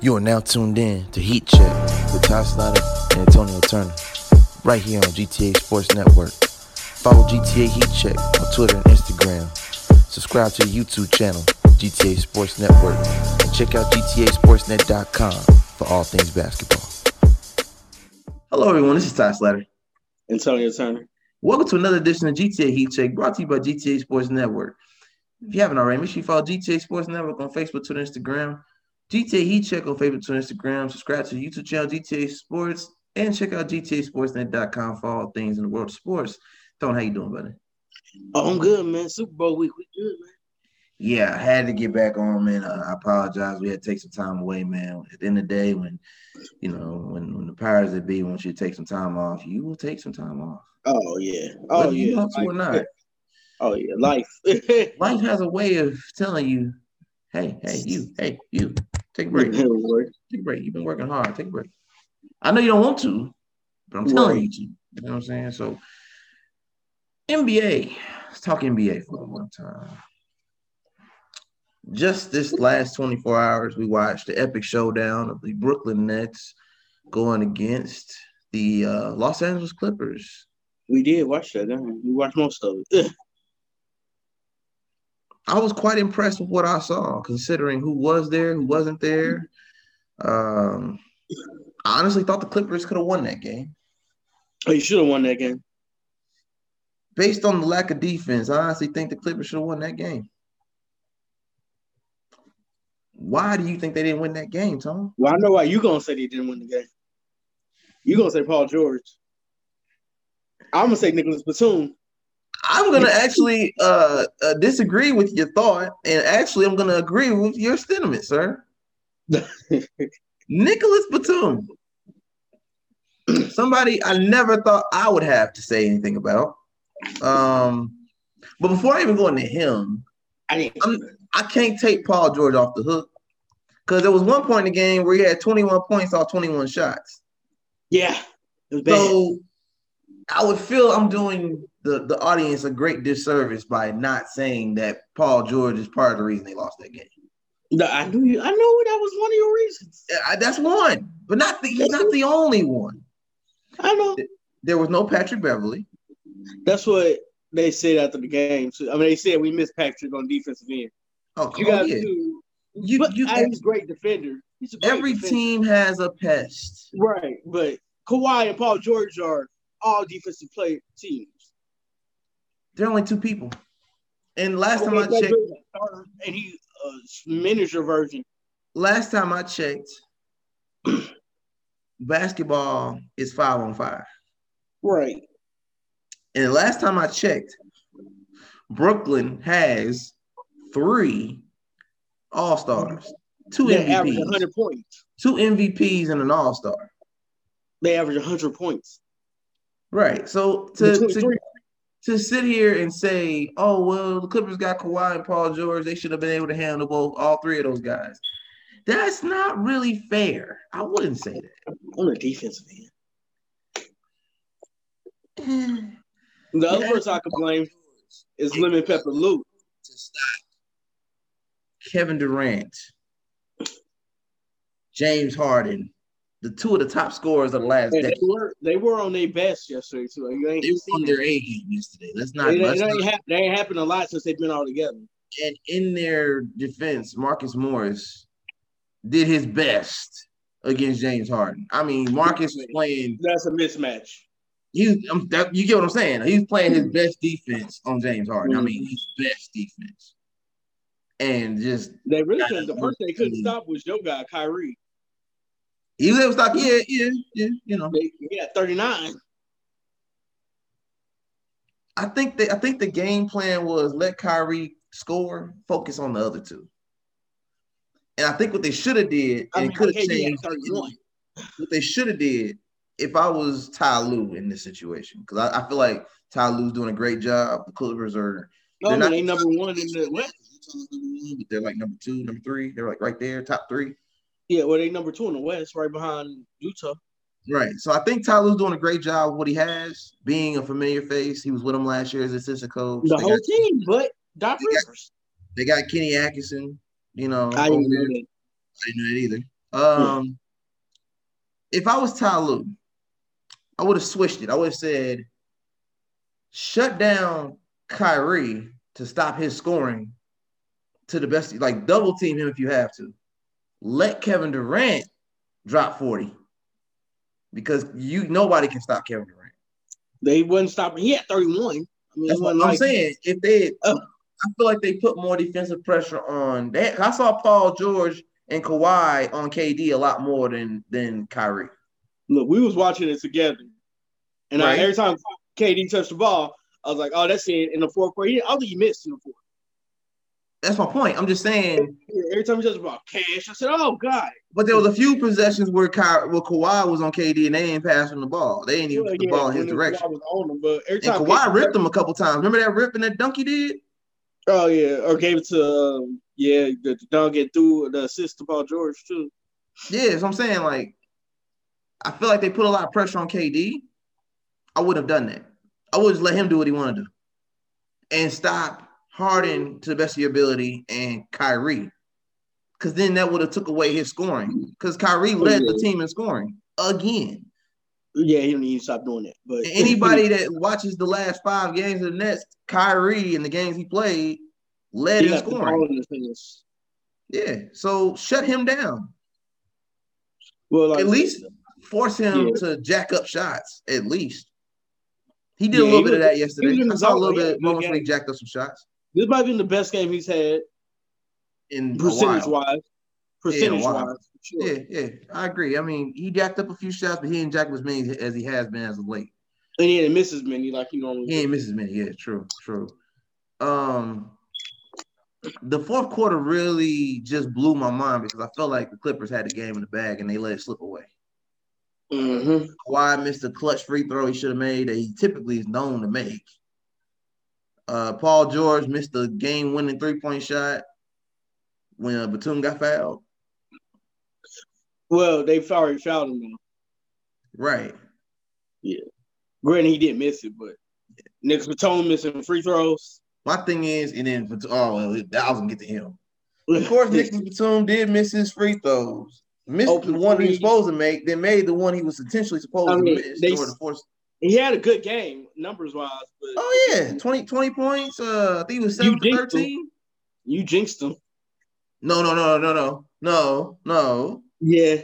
You are now tuned in to Heat Check with Ty Snyder and Antonio Turner, right here on GTA Sports Network. Follow GTA Heat Check on Twitter and Instagram. Subscribe to the YouTube channel, GTA Sports Network, and check out GTASportsNet.com for all things basketball. Hello, everyone. This is Ty Slatter. Antonio Turner. Welcome to another edition of GTA Heat Check, brought to you by GTA Sports Network. If you haven't already, make sure you follow GTA Sports Network on Facebook, Twitter, Instagram. GTA Heat Check on Facebook, Twitter, Instagram. Subscribe to the YouTube channel GTA Sports and check out GTASportsNet.com for all things in the world of sports. Tone, how you doing, buddy? Oh, I'm good, man. Super Bowl week, we good, man. Yeah, I had to get back on, man. I I apologize. We had to take some time away, man. At the end of the day, when you know, when, when the powers that be want you to take some time off, you will take some time off. Oh yeah. Oh Whether you yeah. want to or Like- not. Oh yeah. Life. Life has a way of telling you, hey, hey, you, hey, you, take a break. Mm-hmm. Right. Take a break. You've been working hard. Take a break. I know you don't want to, but I'm telling you to. You know what I'm saying? So, NBA. Let's talk NBA for one time. Just this last 24 hours, we watched the epic showdown of the Brooklyn Nets going against the uh, Los Angeles Clippers. we did watch that. didn't We We watched most of it. I was quite impressed with what I saw, considering who was there, who wasn't there. Um, I honestly thought the Clippers could have won that game. Oh, you should have won that game. based on the lack of defense, I honestly think the Clippers should have won that game. Why do you think they didn't win that game, Tom? Well, I know why you gonna say they didn't win the game. You gonna say Paul George. I'm gonna say Nicholas Batum. I'm gonna actually uh, uh, disagree with your thought, and actually, I'm gonna agree with your sentiment, sir. Nicholas Batum, somebody I never thought I would have to say anything about. Um, but before I even go into him, I didn't. I can't take Paul George off the hook because there was one point in the game where he had 21 points off 21 shots. yeah. It was bad. So I would feel I'm doing the, the audience a great disservice by not saying that Paul George is part of the reason they lost that game. No, I knew you. I know that was one of your reasons. I, that's one, but not the, he's not the only one. I know. There was no Patrick Beverly. That's what they said after the game. So, I mean, they said we missed Patrick on defensive end. Oh, You oh, got yeah. to. You- but you- I- he's a great defender. He's a great Every defender. team has a pest. right? But Kawhi and Paul George are all defensive play teams. There are only two people. And last time I Paul checked, George is a starter, and he uh, miniature version. last time I checked, basketball is five on five. Right. And the last time I checked, Brooklyn has three All Stars, two They average MVPs, 100 points. two MVPs, and an All Star. They average 100 points. Right. So to, Between to three. to sit here and say, oh well, the Clippers got Kawhi and Paul George, they should have been able to handle both all three of those guys. That's not really fair. I wouldn't say on the defensive end. that. The other Yeah. person I could blame is Lemon Pepper Lou. to stop Kevin Durant, James Harden, the two of the top scorers of the last And They decade. were they were on their best yesterday too. You ain't They were on seen their A game yesterday. Let's not. It, Let's it ain't not hap- they ain't happened a lot since they've been all together. and in their defense, Marcus Morris did his best against James Harden. I mean, Marcus was playing. That's a mismatch. He's um, that, you get what I'm saying. He's playing his best defense on James Harden. I mean, his best defense, and just They really couldn't. The person they couldn't stop was your guy, Kyrie. he was able to stop. Yeah, yeah, yeah. You know, They yeah, 39. I think the I think the game plan was let Kyrie score, focus on the other two. And I think what they should have did I and mean, could okay, have you changed got 31. what they should have did if I was Ty Lue in this situation. Because I, I feel like Ty Lue's doing a great job. The Clippers are No, They're they're not- they number one in the West. they're like number two, number three. They're like right there, top three. Yeah, well, they number two in the West, right behind Utah. Right. So I think Ty Lue's doing a great job with what he has, being a familiar face. He was with him last year as assistant coach. The they, whole got, team, but Doc got- Rivers. they got Kenny Atkinson, you know. I over didn't know there. that. I didn't know that either. Um, if I was Ty Lue, I would have switched it. I would have said, shut down Kyrie to stop his scoring to the best, like double team him if you have to. Let Kevin Durant drop 40 because you nobody can stop Kevin Durant. They wouldn't stop him. He had 31. I mean, That's what it wasn't I'm like- saying. If they, uh, Oh. I feel like they put more defensive pressure on that. I saw Paul George and Kawhi on KD a lot more than than Kyrie. Look, we was watching it together, and I, Right. every time KD touched the ball, I was like, "Oh, that's it." In the fourth quarter, he, I don't think he missed in the fourth. That's my point. I'm just saying. quarter. Every time he touched the ball, cash. I said, "Oh God." But there was a few possessions where Ky- where Kawhi was on KD and they ain't passing the ball. They ain't even Well, put the yeah, ball in his when the direction. guy was on him, but every And time Kawhi KD ripped him a couple times. Remember that ripping that dunk he did? Oh yeah, or gave it to um, yeah the, the dunk and threw the assist to Paul George too. Yeah, so I'm saying like, I feel like they put a lot of pressure on KD. I wouldn't have done that. I would just let him do what he wanted to, do. and stop Harden to the best of your ability and Kyrie, because then that would have took away his scoring. Because Kyrie Oh, led the team in scoring again. Yeah, he needs to stop doing that. But And anybody that watches the last five games of the Nets, Kyrie in the games he played led he in left the scoring. ball in his hands. Yeah, so shut him down. Well, like, At least force him Yeah. to jack up shots at least. He did Yeah, a little he bit of was- that he was yesterday. in I the saw a zone. little He had a bit good moments game. when he jacked up some shots this might have been the best game he's had in a percentage while. wise. Percentage while. wise, for sure. Yeah, yeah, I agree. I mean, he jacked up a few shots, but he didn't jack up as many as he has been as of late. and he didn't miss as many like he normally. He ain't missed as many. Yeah, true, true. Um, the fourth quarter really just blew my mind because I felt like the Clippers had the game in the bag and they let it slip away. Mm-hmm. Kawhi missed a clutch free throw he should have made that he typically is known to make. Uh, Paul George missed a game winning three point shot when uh, Batum got fouled. Well, they've already fouled him now. Right. Granted, he didn't miss it, but Nick's Batum missing free throws. My thing is, and then Batum, oh, well, I was gonna get to him. Of course, Nicholas Batum did miss his free throws. Missed Open the one he was three. supposed to make, then made the one he was intentionally supposed I mean, to miss. they- in order to force- he had a good game numbers wise, but Oh yeah, 20, 20 points. Uh, I think he was seven for jinxed him. thirteen. you jinxed him. No, no, no, no, no, no, no. Yeah.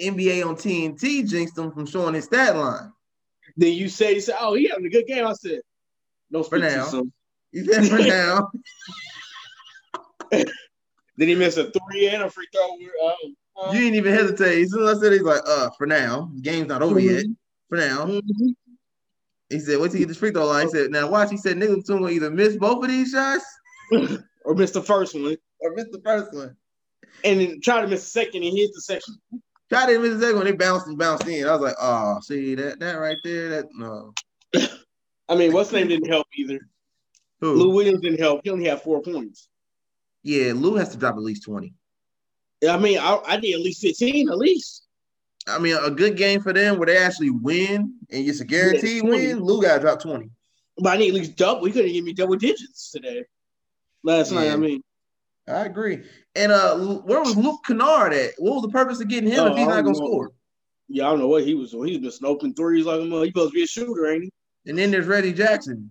NBA on TNT jinxed him from showing his stat line. Then you say, you say, "Oh, he having a good game." I said, "Don't For speak to now. some." He said for now. Then he missed a three and a free throw. Um, uh, You didn't even hesitate. As soon as I said, it, he's like, "Uh, for now, game's not over yet. For now." mhm. He said, "Wait till you get this free throw line." He said, "Now watch." He said, "Nigga, Batum will either miss both of these shots or missed the first one, or miss the first one." and then tried to miss the second and hit the second. Try to miss the second one. It bounced and bounced in. I was like, "Oh, see that that right there? That no." I mean, what's name didn't help either. Who? Lou Williams didn't help. He only had four points. Yeah, Lou has to drop at least twenty. I mean, I, I did at least fifteen, at least. I mean, a good game for them where they actually win and it's a guaranteed 20. win. Lou got to drop twenty. But I need at least double. He couldn't give me double digits today. Last night, Yeah. I mean, I agree. And uh, Lu- where was Luke Kennard at? What was the purpose of getting him Oh, if he's I not don't gonna know. score? yeah, I don't know what he was doing. He's missing open threes like a mother. He's supposed to be a shooter, ain't he? And then there's Reggie Jackson.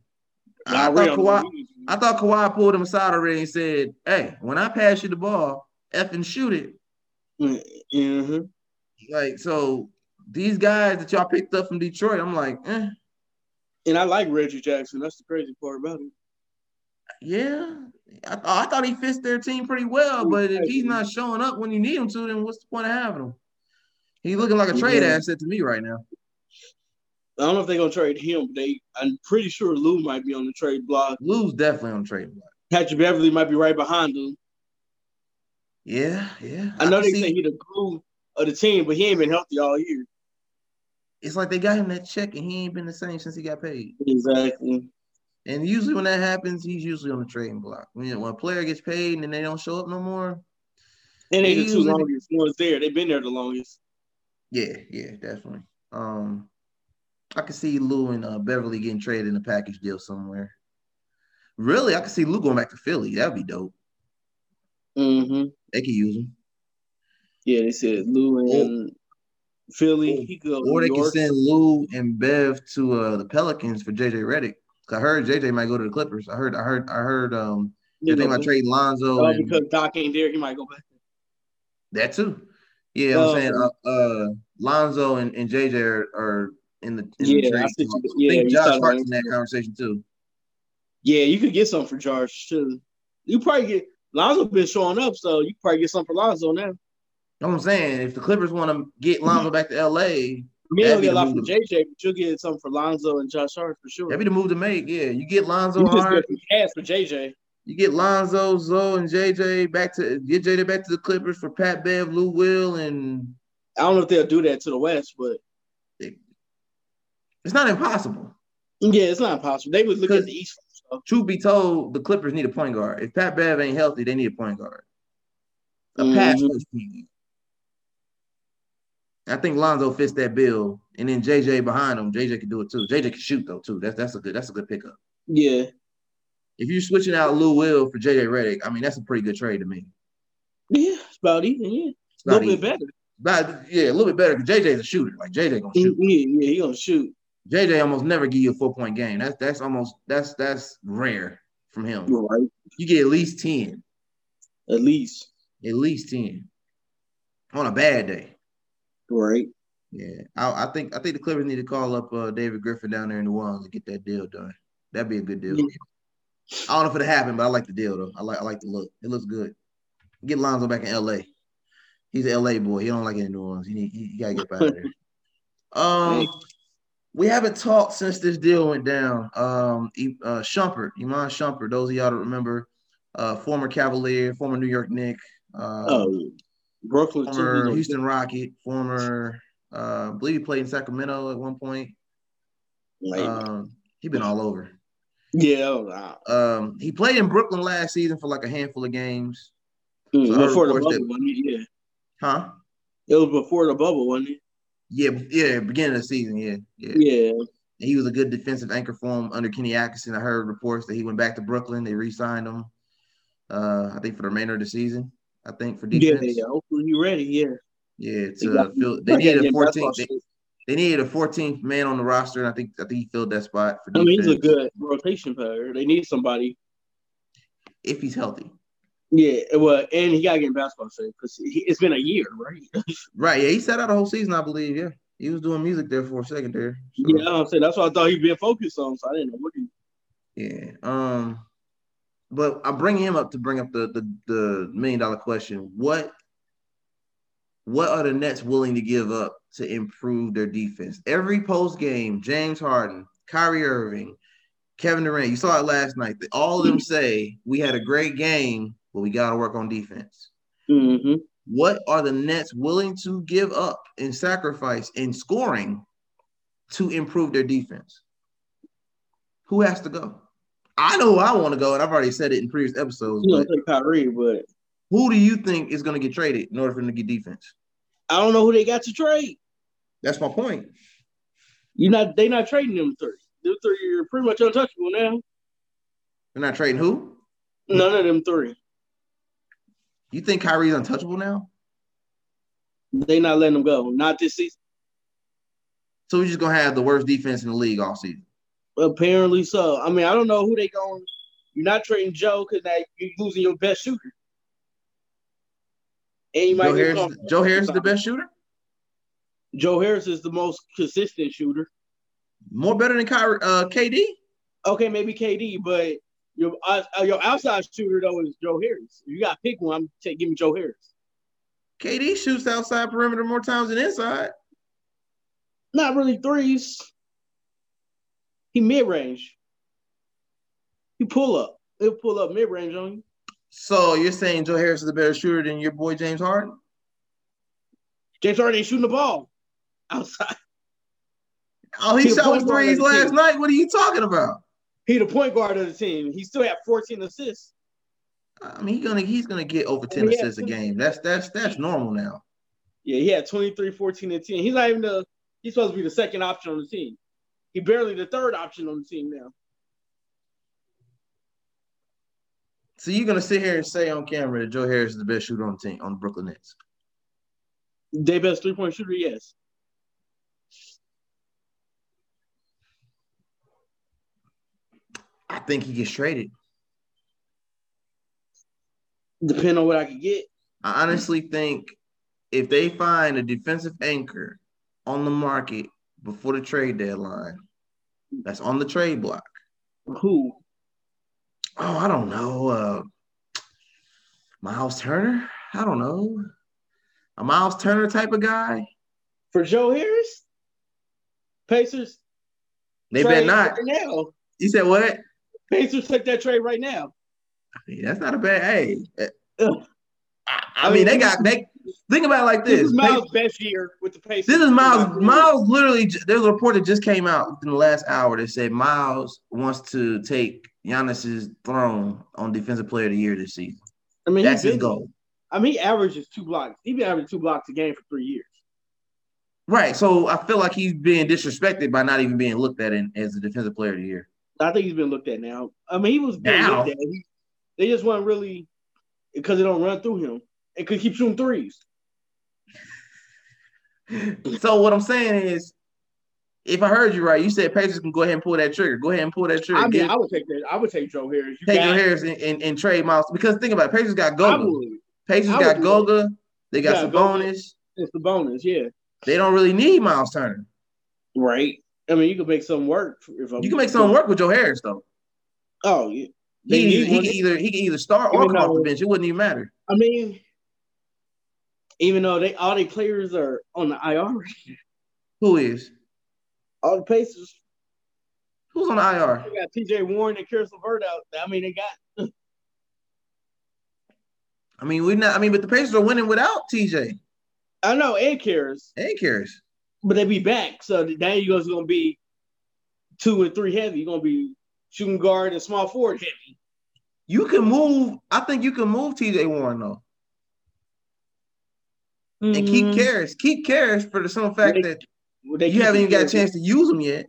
I, Nah, thought real. Kawhi, I thought Kawhi pulled him aside already and said, "Hey, when I pass you the ball, f and shoot it." Mhm. Like so, these guys that y'all picked up from Detroit, I'm like, eh, And I like Reggie Jackson. That's the crazy part about it. yeah. I, th- I thought he fits their team pretty well, but if he's not showing up when you need him to, then what's the point of having him? He's looking like a trade Yeah. asset to me right now. I don't know if they're gonna trade him. But they, I'm pretty sure Lou might be on the trade block. Lou's definitely on the trade block. Patrick Beverly might be right behind him. Yeah, yeah. I know can they see- say he the glue of the team, but he ain't been healthy all year. it's like they got him that check and he ain't been the same since he got paid. Exactly. And usually when that happens, he's usually on the trading block. When, when a player gets paid and then they don't show up no more, And they the two Usually- longest ones there. They've been there the longest. yeah, yeah, definitely. Um, I could see Lou and uh, Beverly getting traded in a package deal somewhere. Really, I could see Lou going back to Philly. That'd be dope. Mm-hmm. They could use him. Yeah, they said Lou and Oh. Philly. Or- He could go Or to they Oh, New can York. send Lou and Bev to uh, the Pelicans for JJ Redick. 'Cause I heard JJ might go to the Clippers. I heard, I heard, I heard. Um, they're You thinking know, about trading Lonzo. oh, and because Doc ain't there, he might go back. That too. Yeah, I'm Um, saying uh, uh, Lonzo and, and JJ are, are in the. In the Yeah, I trade. see you- I yeah, think you Josh talking Hart's in about- that conversation too. Yeah, you could get something for Josh too. You probably get Lonzo been showing up, so you probably get something for Lonzo now. You know what I'm saying? If the Clippers want to Mm-hmm. get Lonzo back to LA, Me don't That'd be get a lot the from move. JJ, but you'll get something for Lonzo and Josh Hart for sure. that'd be the move to make. Yeah, you get Lonzo you just Hart, get some cash for JJ. you get Lonzo, Zoe, and JJ back to get JJ back to the Clippers for Pat Bev, Lou Will, and I don't know if they'll do that to the West, but it's not impossible. yeah, it's not possible. They would look at Because- the East. Truth be told, the Clippers need a point guard. If Pat Bev ain't healthy, they need a point guard. A pass Mhm. rush point guard. I think Lonzo fits that bill, and then JJ behind him. JJ can do it too. JJ can shoot though too. That's that's a good that's a good pickup. Yeah, If you're switching out Lou Will for JJ Redick, I mean that's a pretty good trade to me. yeah, it's about even. Yeah, It's a little not bit easy. better. Mm-hmm. But, yeah, a little bit better because JJ's a shooter. Like JJ gonna Yeah, shoot. Mm, yeah, he gonna shoot. JJ almost never give you a four point game. That's that's almost that's that's rare from him. You're right. You get at least ten, At least. at least ten on a bad day. You're Right. Yeah, I, I think I think the Clippers need to call up uh, David Griffin down there in New Orleans and get that deal done. That'd be a good deal. Yeah. I don't know if it'll happen, but I like the deal though. I like I like the look. It looks good. Get Lonzo back in L.A. He's an L.A. boy. He don't like it in New Orleans. He need, he, he gotta get out of there. Um, we haven't talked since this deal went down. Um, E- uh, Shumpert, Iman Shumpert. Those of y'all that remember, uh, former Cavalier, former New York Knick. Uh, Oh, yeah. Brooklyn too. former He's Houston Rocket, former uh, I believe he played in Sacramento at one point. gonna- like, Um, he been all over. yeah. oh, Wow. Um, he played in Brooklyn last season for like a handful of games, Mm, so I before the reported bubble, that- wasn't it? yeah. huh? It was before the bubble, wasn't it? Yeah, yeah, beginning of the season, yeah, yeah. Yeah. And he was a good defensive anchor for him under Kenny Atkinson. I heard reports that he went back to Brooklyn. They re-signed him. Uh, I think for the remainder of the season. I think for Yeah, defense. yeah. Hopefully you ready. Yeah. Yeah, They to got- fill, they needed a Yeah, that's 14th. all They, shit. they needed a 14th man on the roster, and I think I think he filled that spot for I defense. mean, he's a good rotation player. They need somebody. if he's healthy. Yeah, well, and he got to get in basketball shape because it's been a year, right? Right. Yeah, he sat out a whole season, I believe. Yeah, he was doing music there for a second there. So, yeah, I'm saying that's what I thought he'd been focused on. So I didn't know what he. yeah. Um, but I bring him up to bring up the the, the million dollar question. What what are the Nets willing to give up to improve their defense? Every post game, James Harden, Kyrie Irving, Kevin Durant. You saw it last night. All of them say we had a great game, but we got to work on defense. Mm-hmm. what are the Nets willing to give up and sacrifice in scoring to improve their defense? Who has to go? I know who I want to go, and I've already said it in previous episodes. You know, But take Kyrie, but who do you think is going to get traded in order for them to get defense? I don't know who they got to trade. That's my point. You not they not trading them three. Them three are pretty much untouchable now. They're not trading who? None of them three. You think Kyrie's untouchable now? They not letting them go. Not this season. So we're just gonna have the worst defense in the league all season. Apparently so. I mean, I don't know who they going. You're not trading Joe because now you're losing your best shooter. And you might Joe get Harris, comfortable. Joe Harris is the best shooter, Joe Harris is the most consistent shooter. more better than Kyrie, uh, KD. Okay, maybe KD, but your uh, your outside shooter though is Joe Harris. If You got to pick one. I'm take give me Joe Harris. KD shoots outside perimeter more times than inside. Not really threes. He mid range. He pull up. He'll pull up mid range on you. So you're saying Joe Harris is a better shooter than your boy James Harden? James Harden ain't shooting the ball outside. Oh, he He's a shot with point guard threes of the last team. night. What are you talking about? He the point guard of the team. He still had 14 assists. I mean, he's gonna he's gonna get over ten Yeah. assists a game. That's that's that's normal now. Yeah, he had 23, 14, and 10. He's not even the. He's supposed to be the second option on the team. He barely the third option on the team now. So you're gonna sit here and say on camera that Joe Harris is the best shooter on the team on the Brooklyn Nets? Day best three point shooter, yes. I think he gets traded. Depending on what I could get. I honestly think if they find a defensive anchor on the market before the trade deadline, that's on the trade block. Who? Oh, I don't know. Uh, Miles Turner? I don't know. A Miles Turner type of guy? For Joe Harris? Pacers? They better trade not. Right now. You said what? Pacers take that trade right now. I mean, that's not a bad. Hey, Ugh. I, I mean, they got they. Think about it like This, this. is Miles' best year with the Pacers. This is Miles. Miles literally. j- There's a report that just came out within the last hour that said Miles wants to take Giannis's throne on Defensive Player of the Year this season. I mean, That's he's his been, goal. I mean, he averages two blocks. He's been averaging two blocks a game for three years. Right. So I feel like he's being disrespected by not even being looked at in, as the Defensive Player of the Year. I think he's been looked at now. I mean, he was being Now? looked at. He, they just weren't really because they don't run through him and could keep shooting threes. so what I'm saying is, if I heard you right, you said Pacers can go ahead and pull that trigger. Go ahead and pull that trigger. I mean, Get- I would take that. I would take Joe Harris. You take got- your Harris and, and, and trade Miles because think about it. Pacers got I Goga. would. Pacers I got would do Goga. They got Yeah, Goga. Sabonis. It's the bonus, yeah. They don't really need Miles Turner. Right. I mean, you could make some work. If I'm, You can make something work with Joe Harris though. Oh, yeah. They He, he, need one. can either he can either start or Even come off the though- bench. It wouldn't even matter. I mean, even though they all their players are on the IR, Who is? all the Pacers Who's on the IR? they got T.J. Warren and Karis LeVert out. I mean, they got I mean, we not. I mean, but the Pacers are winning without TJ I know and Karis, and Harris. but they be back. So now you guys gonna be two and three heavy. You're gonna be shooting guard and small forward heavy. You can move. I think you can move TJ Warren though, and keep Mhm. Karras. Keep Karras for the simple fact They- that Well, they you keep haven't even got a Karras. chance to use him yet.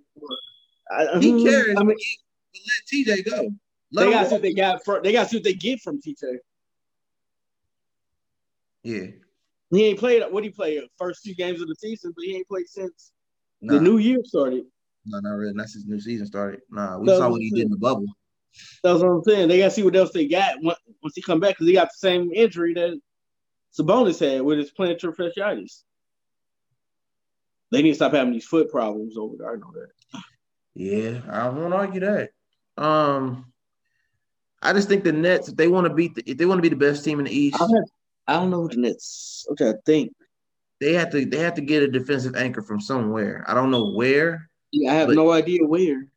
I, I, Keep mean, Karras. I mean, let TJ go. Let they him got to walk. see what they got. From, they got to see what they get from T.J. Yeah. He ain't played. What he played first two games of the season, but he ain't played since Nah. the new year started. No, not really. Not since new season started. Nah, we No, saw no, what he no. did in the bubble. That's what I'm saying. They got to see what else they got once once he come back because he got the same injury that Sabonis had with his plantar fasciitis. They need to stop having these foot problems over there. I know that. Yeah, I won't argue that. Um, I just think the Nets, if they want to beat, the, if they want to be the best team in the East, I don't, I don't know what the Nets. Okay, I think. they have to they have to get a defensive anchor from somewhere. I don't know where, Yeah, I have But- no idea where.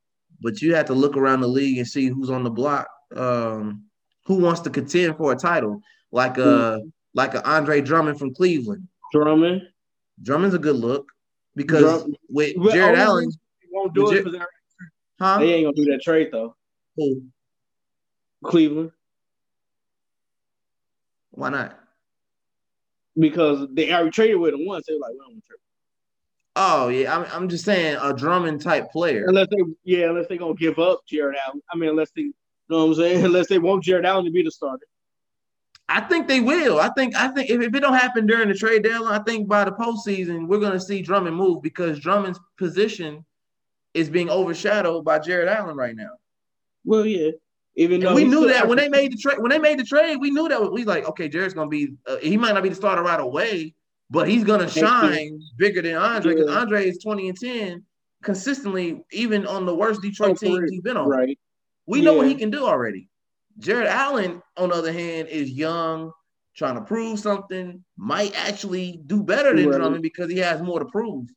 but you have to look around the league and see who's on the block. Um, who wants to contend for a title? Like uh, like a Andre Drummond from Cleveland. Drummond Drummond's a good look because Drum- with Well, oh, Jared only Allen, They won't do it Legit- 'cause they're- huh? they ain't gonna do that trade though. Who? Cleveland Why not? because they already traded with him once. They're like, we don't want to trade. Oh yeah, I'm, I'm just saying a Drummond type player. Unless they, yeah, unless they gonna give up Jared Allen. I mean, unless they, you know what I'm saying? Unless they want Jared Allen to be the starter. I think they will. I think I think if, if it don't happen during the trade deadline, I think by the postseason we're gonna see Drummond move because Drummond's position is being overshadowed by Jared Allen right now. Well, yeah. Even And though we he knew still- that when they made the trade. When they made the trade, we knew that we like okay, Jared's gonna be. Uh, he might not be the starter right away, but he's gonna you. shine bigger than Andre because Yeah. Andre is twenty and ten consistently, even on the worst Detroit Oh, for teams real. he's been on. right, We know what Yeah. he can do already. Jared Allen, on the other hand, is young, trying to prove something, might actually do better than Right. Drummond because he has more to prove.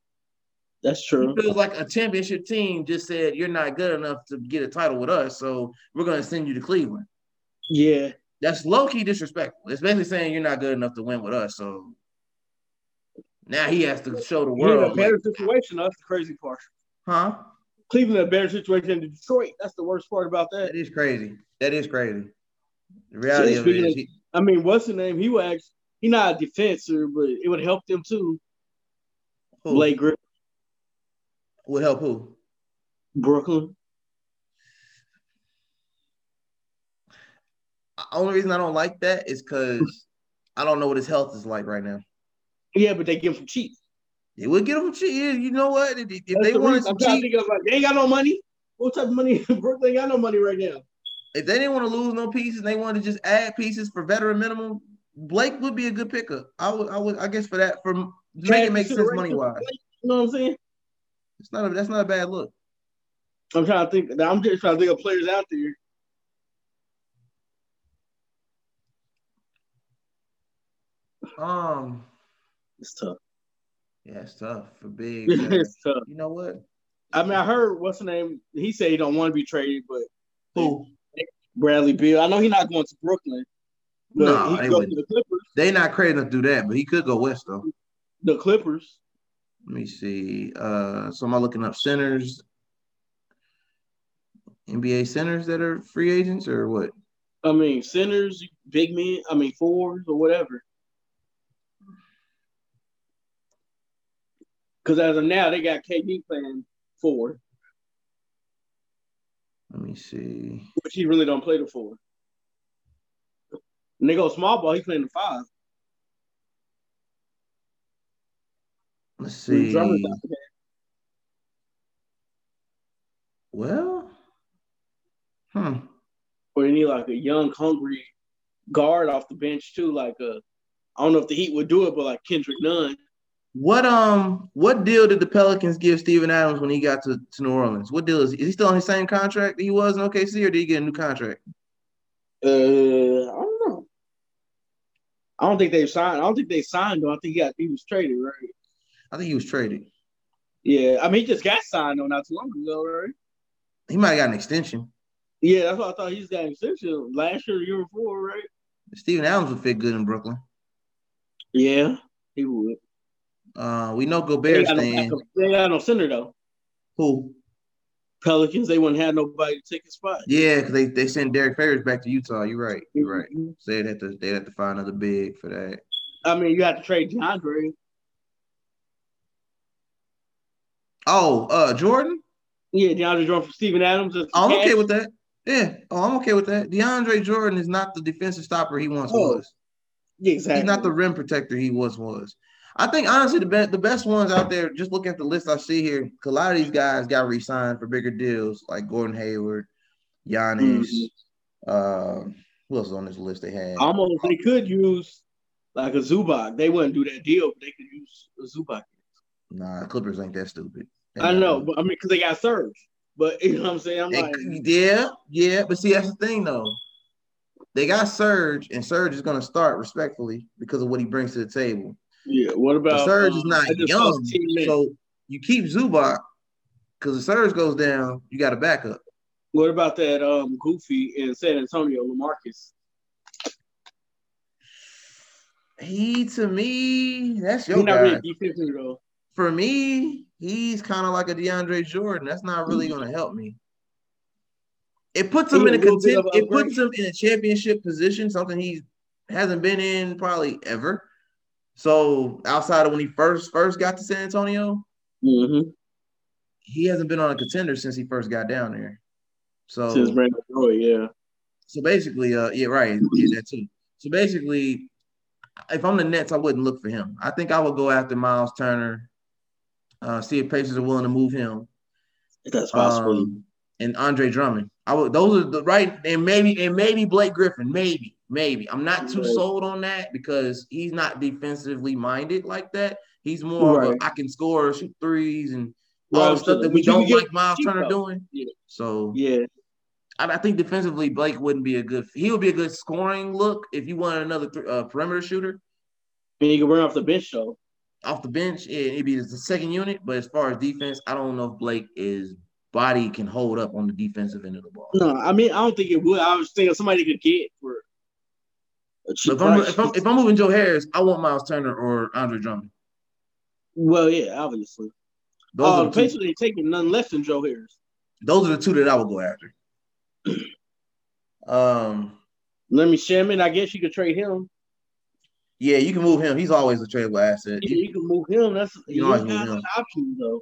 that's He true. feels like a championship team just said, You're not good enough to get a title with us, so we're going to send you to Cleveland. Yeah, That's low key disrespectful. It's basically saying you're not good enough to win with us, so now he has to show the we're in a world. like, better situation. That's the crazy part. huh? Cleveland in a better situation than Detroit. That's the worst part about that. That is crazy. That is crazy. The reality of it speaking is, of- he- I mean, what's the name? He was actually, he not a defenser, but it would help them too. who Blake Griffin, would help who? Brooklyn. only reason I don't like that is because I don't know what his health is like right now. Yeah, but they give them cheap. They would get them cheap. Yeah, You know what? If, if That's they the wanted reason. some I'm trying to cheap, think of like they ain't got no money. What type of money? Brooklyn ain't got no money right now. if they didn't want to lose no pieces, they wanted to just add pieces for veteran minimum. Blake would be a good pickup. I would, I would, I guess for that, for make it Trash make sense consideration money for wise. Blake, You know what I'm saying? It's not a, that's not a bad look. I'm trying to think. I'm just trying to think of players out there. Um, It's tough. yeah, it's tough for big. uh, it's tough. you know what? I mean, I heard what's the name? He said he don't want to be traded, but Who? Bradley Bill. I know he's not going to Brooklyn, but No, he they could go to wouldn't. the Clippers. They not crazy enough to do that, but he could go west though. The Clippers. Let me see. Uh, so am I looking up centers? NBA centers that are free agents or what? I mean, centers, big men. I mean, fours or whatever. Because as of now, they got KD playing four, Let me see. which he really don't play the four. And they go small ball. He playing the five. Let's When see. Drummond's out there. Well, hmm. or you need like a young, hungry guard off the bench too. Like a, I don't know if the Heat would do it, but like Kendrick Nunn. What um what deal did the Pelicans give Steven Adams when he got to, to New Orleans? What deal is he? Is he still on his same contract that he was in OKC or did he get a new contract? Uh, I don't know. I don't think they signed. I don't think they signed him. I think he got he was traded, right? I think he was traded. Yeah, I mean he just got signed though not too long ago, right? He might have got an extension. Yeah, that's what I thought. He's got an extension last year, the year before, right? Steven Adams would fit good in Brooklyn. Yeah, he would. Uh, we know They Gobert's got, no, staying. they got no center though. Who? Pelicans, they wouldn't have nobody to take his spot. Yeah, because they, they sent Derek Favors back to Utah. You're right. You're right. So they'd have to they'd have to find another big for that. I mean, you have to trade DeAndre. Oh, uh, Jordan. Yeah, DeAndre Jordan from Steven Adams. That's Oh, I'm cash. okay with that. Yeah. Oh, I'm okay with that. DeAndre Jordan is not the defensive stopper he once Oh, was. Yeah, exactly. He's not the rim protector he once was. I think honestly the best the best ones out there. Just looking at the list I see here, 'cause a lot of these guys got re-signed for bigger deals, like Gordon Hayward, Giannis. Mhm. Uh, who else is on this list? They had almost they could use like a Zubac. They wouldn't do that deal, but they could use a Zubac. nah. Clippers ain't that stupid. They I not know, really- but I mean, because they got Surge. But you know what I'm saying? I'm They- like, yeah, yeah. But see, that's the thing though. They got Surge, and Surge is gonna start respectfully because of what he brings to the table. yeah. What The about Surge um, is not I just young, lost 10 minutes. so you keep Zubac because the Surge goes down, you got a backup. what about that um, Goofy in San Antonio, Lamarcus? He to me, that's He's your not guy. really defensive though. For me, he's kind of like a DeAndre Jordan. That's not really gonna help me. It puts him He in a a little bit content, of it upgrade. puts him in a championship position, something he hasn't been in probably ever. So outside of when he first first got to San Antonio, Mm-hmm. he hasn't been on a contender since he first got down there. So Since Brandon Roy, yeah. So basically, uh, yeah, right, yeah, that too. So basically, if I'm the Nets, I wouldn't look for him. I think I would go after Miles Turner, uh, see if Pacers are willing to move him, If that's possible. um, and Andre Drummond. I would. Those are the right, and maybe and maybe Blake Griffin. Maybe, maybe. I'm not too Right. sold on that because he's not defensively minded like that. He's more of Right. a I can score, shoot threes, and all Well, the stuff that we but you don't can get- like Miles cheap, Turner though. doing. Yeah. So Yeah, I, I think defensively, Blake wouldn't be a good. He would be a good scoring look if you wanted another th- uh, perimeter shooter and you can bring off the bench though. off the bench. Yeah, it'd be the second unit. But as far as defense, I don't know if Blake is body can hold up on the defensive end of the ball. No, I mean I don't think it would. I was thinking somebody could get for a So cheap if, I'm, price. if, I'm, if I'm moving Joe Harris, I want Miles Turner or Andre Drummond. well, yeah, obviously. Those, uh, are the two, basically, they taking none less than Joe Harris. those are the two that I would go after. Um, Let me Shaman. I guess you could trade him. yeah, you can move him. He's always a tradable asset. You, You, you can move him. That's You you always got move an him. option though.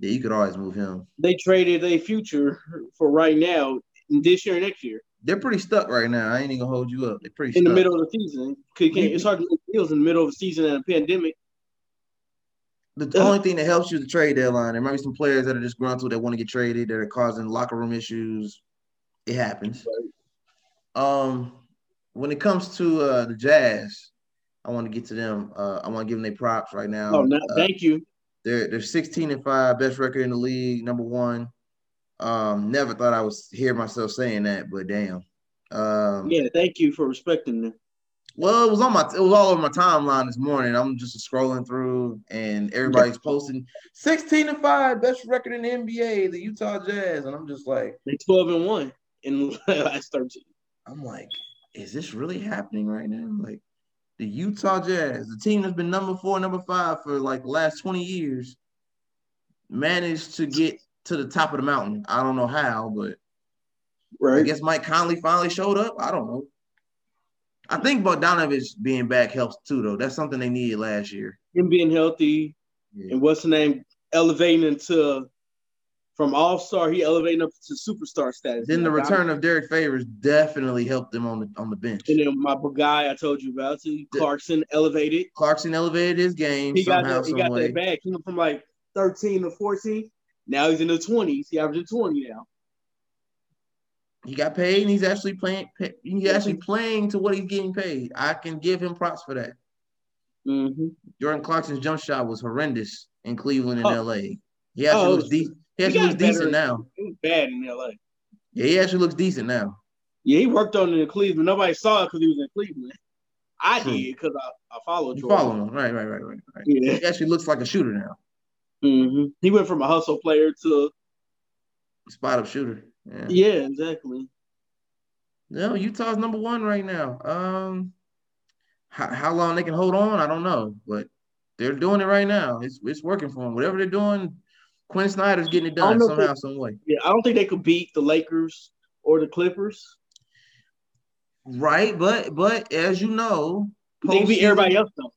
yeah, you could always move him. They traded a future for right now, this year and next year, They're pretty stuck right now. I ain't even gonna hold you up. They're pretty in the stuck. middle of the season. 'Cause you can't- it's hard to make deals in the middle of the season and a pandemic. The only thing that helps you is the trade deadline. There might be some players that are disgruntled that want to get traded that are causing locker room issues. It happens. Um, when it comes to uh, the Jazz, I want to get to them. Uh, I want to give them their props right now. Oh, no, Uh, thank you. they're they're 16 and five, best record in the league, number one. Um, never thought I would hear myself saying that, but damn. Um, Yeah, thank you for respecting them. Well, it was on my it was all over my timeline this morning. I'm just scrolling through and everybody's posting 16 and 5, best record in the NBA, the Utah Jazz. And I'm just like, They twelve and one in the last thirteen. I'm like, is this really happening right now? Like the Utah Jazz, the team that's been number four, number five for like the last 20 years, managed to get to the top of the mountain. I don't know how, but I Right. guess Mike Conley finally showed up. I don't know. I think Bogdanovich being back helps too, though. That's something they needed last year. him being healthy Yeah. and what's the name elevating into from all star he elevating up to superstar status. Then the return of Derek Favors definitely helped them on the on the bench. and then my guy I told you about, too, Clarkson elevated. Clarkson elevated his game He got somehow, that, he got some way. that back. He went from like thirteen to fourteen. Now he's in the twenties. He averaging twenty now. He got paid, and he's actually playing. pay- He's Yeah. actually playing to what he's getting paid. I can give him props for that. Mm-hmm. Jordan Clarkson's jump shot was horrendous in Cleveland and Oh. L.A. He actually Oh, looks de- He actually got looks better. decent now. It was bad in LA. Yeah, he actually looks decent now. Yeah, he worked on it in Cleveland. Nobody saw it because he was in Cleveland. I Hmm. did because I, I followed You Jordan. follow him, right? Right? Right? Right? Right? Yeah. He actually looks like a shooter now. hmm He went from a hustle player to Spot up shooter. Yeah. yeah, exactly. No, Utah's number one right now. Um, how, how long they can hold on, I don't know, but they're doing it right now. It's it's working for them. Whatever they're doing, Quinn Snyder's getting it I don't done know if somehow, some way. Yeah, I don't think they could beat the Lakers or the Clippers. Right, but but as you know, They could beat postseason- everybody else though.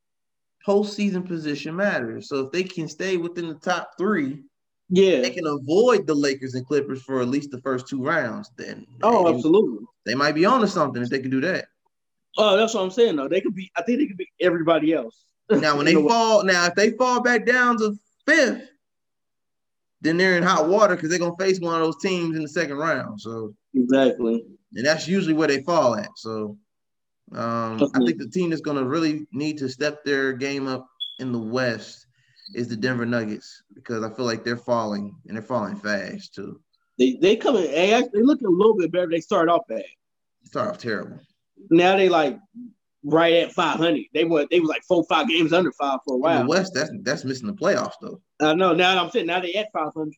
postseason position matters. So if they can stay within the top three, Yeah. they can avoid the Lakers and Clippers for at least the first two rounds. Then Oh, they, absolutely. they might be on to something if they can do that. Oh, that's what I'm saying though. They could be. I think they could beat everybody else. Now when they You know what? fall, now if they fall back down to fifth, then they're in hot water because they're gonna face one of those teams in the second round. So Exactly. and that's usually where they fall at. So um, I think the team that's gonna really need to step their game up in the West is the Denver Nuggets because I feel like they're falling and they're falling fast too. They they come in. They actually they looking a little bit better. They started off bad. Start off terrible. Now they like right at 500. They were they was like four five games under five for a In while. the West, that's that's missing the playoffs though. I know. Now that I'm saying now they at 500.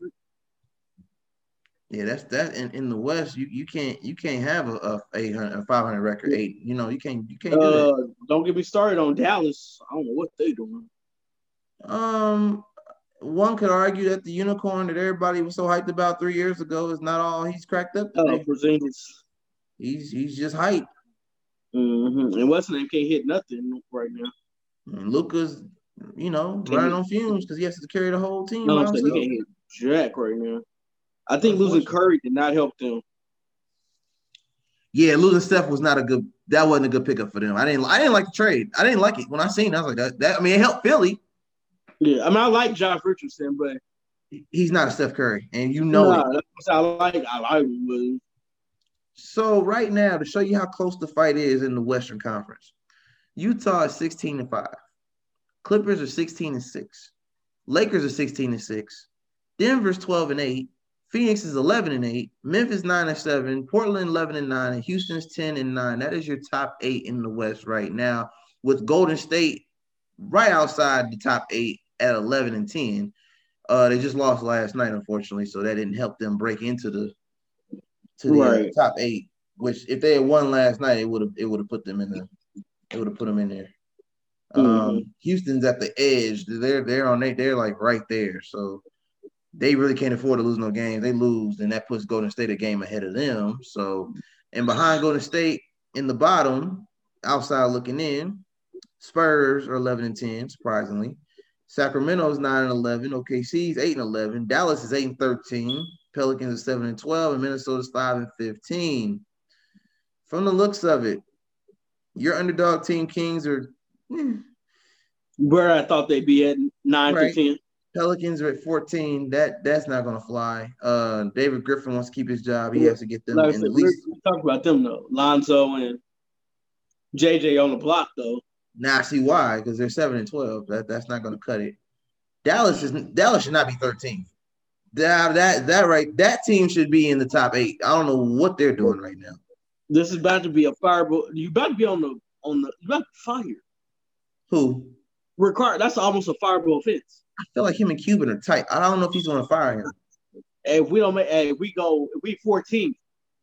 Yeah, that's that. In, in the West, you, you can't you can't have a, a 800 a 500 record eight. You know you can't you can't do that. Uh, don't get me started on Dallas. I don't know what they doing. Um, one could argue that the unicorn that everybody was so hyped about three years ago is not all he's cracked up. to Uh, be. Porzingis. He's he's just hype. hmm And what's his name can't hit nothing right now. And Luca's, you know, Team. running on fumes because he has to carry the whole team. No, by I'm saying he himself. can't hit jack right now. I think losing Curry did not help them. Yeah, losing Steph was not a good. That wasn't a good pickup for them. I didn't. I didn't like the trade. I didn't like it when I seen. it, I was like that. that I mean, it helped Philly. Yeah, I mean I like Josh Richardson, but He's not a Steph Curry, and you know no, it. that's what I like. I like him, but So right now, to show you how close the fight is in the Western Conference, Utah is 16 and 5. Clippers are 16 and 6. Lakers are 16 and 6. Denver's 12 and 8. Phoenix is 11 and 8. Memphis 9 and 7. Portland 11 and 9. And Houston's 10 and 9. That is your top eight in the West right now, with Golden State right outside the top eight at 11 and 10. Uh, they just lost last night, unfortunately, so that didn't help them break into the to the uh, Right. top eight. Which, if they had won last night, it would have it would have put them in the it would have put them in there. Um, Houston's at the edge. They're they're on they they're like right there. So they really can't afford to lose no games. They lose, and that puts Golden State a game ahead of them. So and behind Golden State in the bottom, outside looking in, Spurs are 11 and 10, surprisingly. Sacramento's 9 and 11. OKC's 8 and 11. Dallas is 8 and 13. Pelicans are 7 and 12. And Minnesota's 5 and 15. From the looks of it, your underdog team Kings are eh, where I thought they'd be at nine Right. to ten. Pelicans are at 14. That that's not gonna fly. Uh, David Griffin wants to keep his job. He has to get them Like I in said, the we least. we talked about them though. Lonzo and JJ on the block though. Now I see why, because they're seven and twelve. That that's not gonna cut it. Dallas is Dallas should not be 13. That that that right. That team should be in the top eight. I don't know what they're doing right now. This is about to be a fireball. You about to be on the on the you about to be fired. Who? Ricard, that's almost a fireball offense. I feel like him and Cuban are tight. I don't know if he's gonna fire him. Hey, if we don't make, hey, if we go, if we 14th,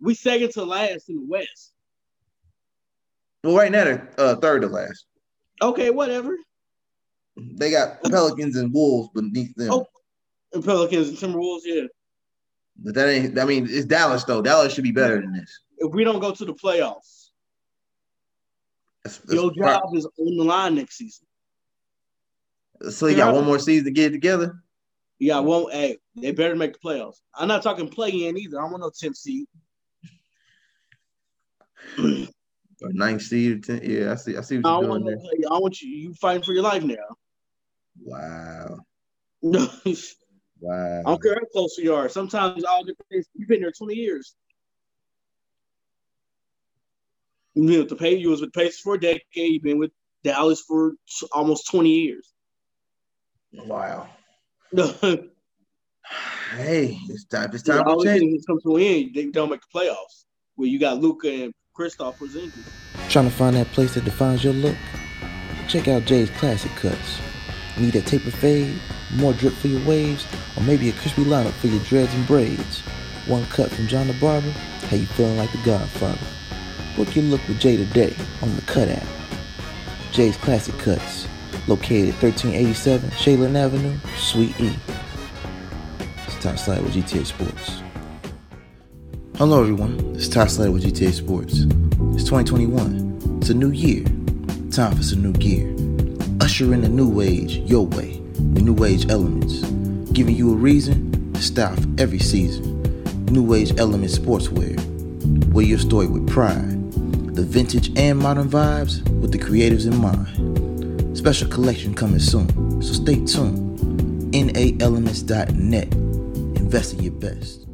we second to last in the West. Well, right now they're uh, third to last. Okay, whatever. They got Pelicans and Wolves beneath them. Oh. And Pelicans and Timberwolves, yeah. But that ain't. I mean, it's Dallas though. Dallas should be better than this. If we don't go to the playoffs, That's- that's your pro- job is on the line next season. So you got one more season to get it together. Yeah, I won't. Hey, they better make the playoffs. I'm not talking play in either. I don't want no 10th seed. I Or ninth seed. Or ten, yeah, I see. I see what don't you're want doing no there. play. I want you. You fighting for your life now. Wow. I Wow. don't care how close you are. Sometimes all depends. You've been there 20 years. You know, the pay you was with Pacers for a decade. You've been with Dallas for t- almost 20 years. Wow. it Hey, it's time. It's time to always change. things come to an end. They don't make the playoffs. Where you got Luca and Kristoff was injured. Trying to find that place that defines your look? Check out Jay's Classic Cuts. Need a taper fade, more drip for your waves, or maybe a crispy lineup for your dreads and braids? One cut from John the Barber, how you feeling like the Godfather? Book your look with Jay today on the Cut app. Jay's Classic Cuts, located at 1387 Shaylin Avenue, Suite E. It's Ty Slide with GTA Sports. Hello, everyone. It's Ty Slater with GTA Sports. It's 2021. It's a new year. Time for some new gear. Usher in a new age your way with new age elements, giving you a reason to style for every season. New age element sportswear. Wear your story with pride. The vintage and modern vibes with the creatives in mind. Special collection coming soon, so stay tuned. NAElements.net. Invest in your best.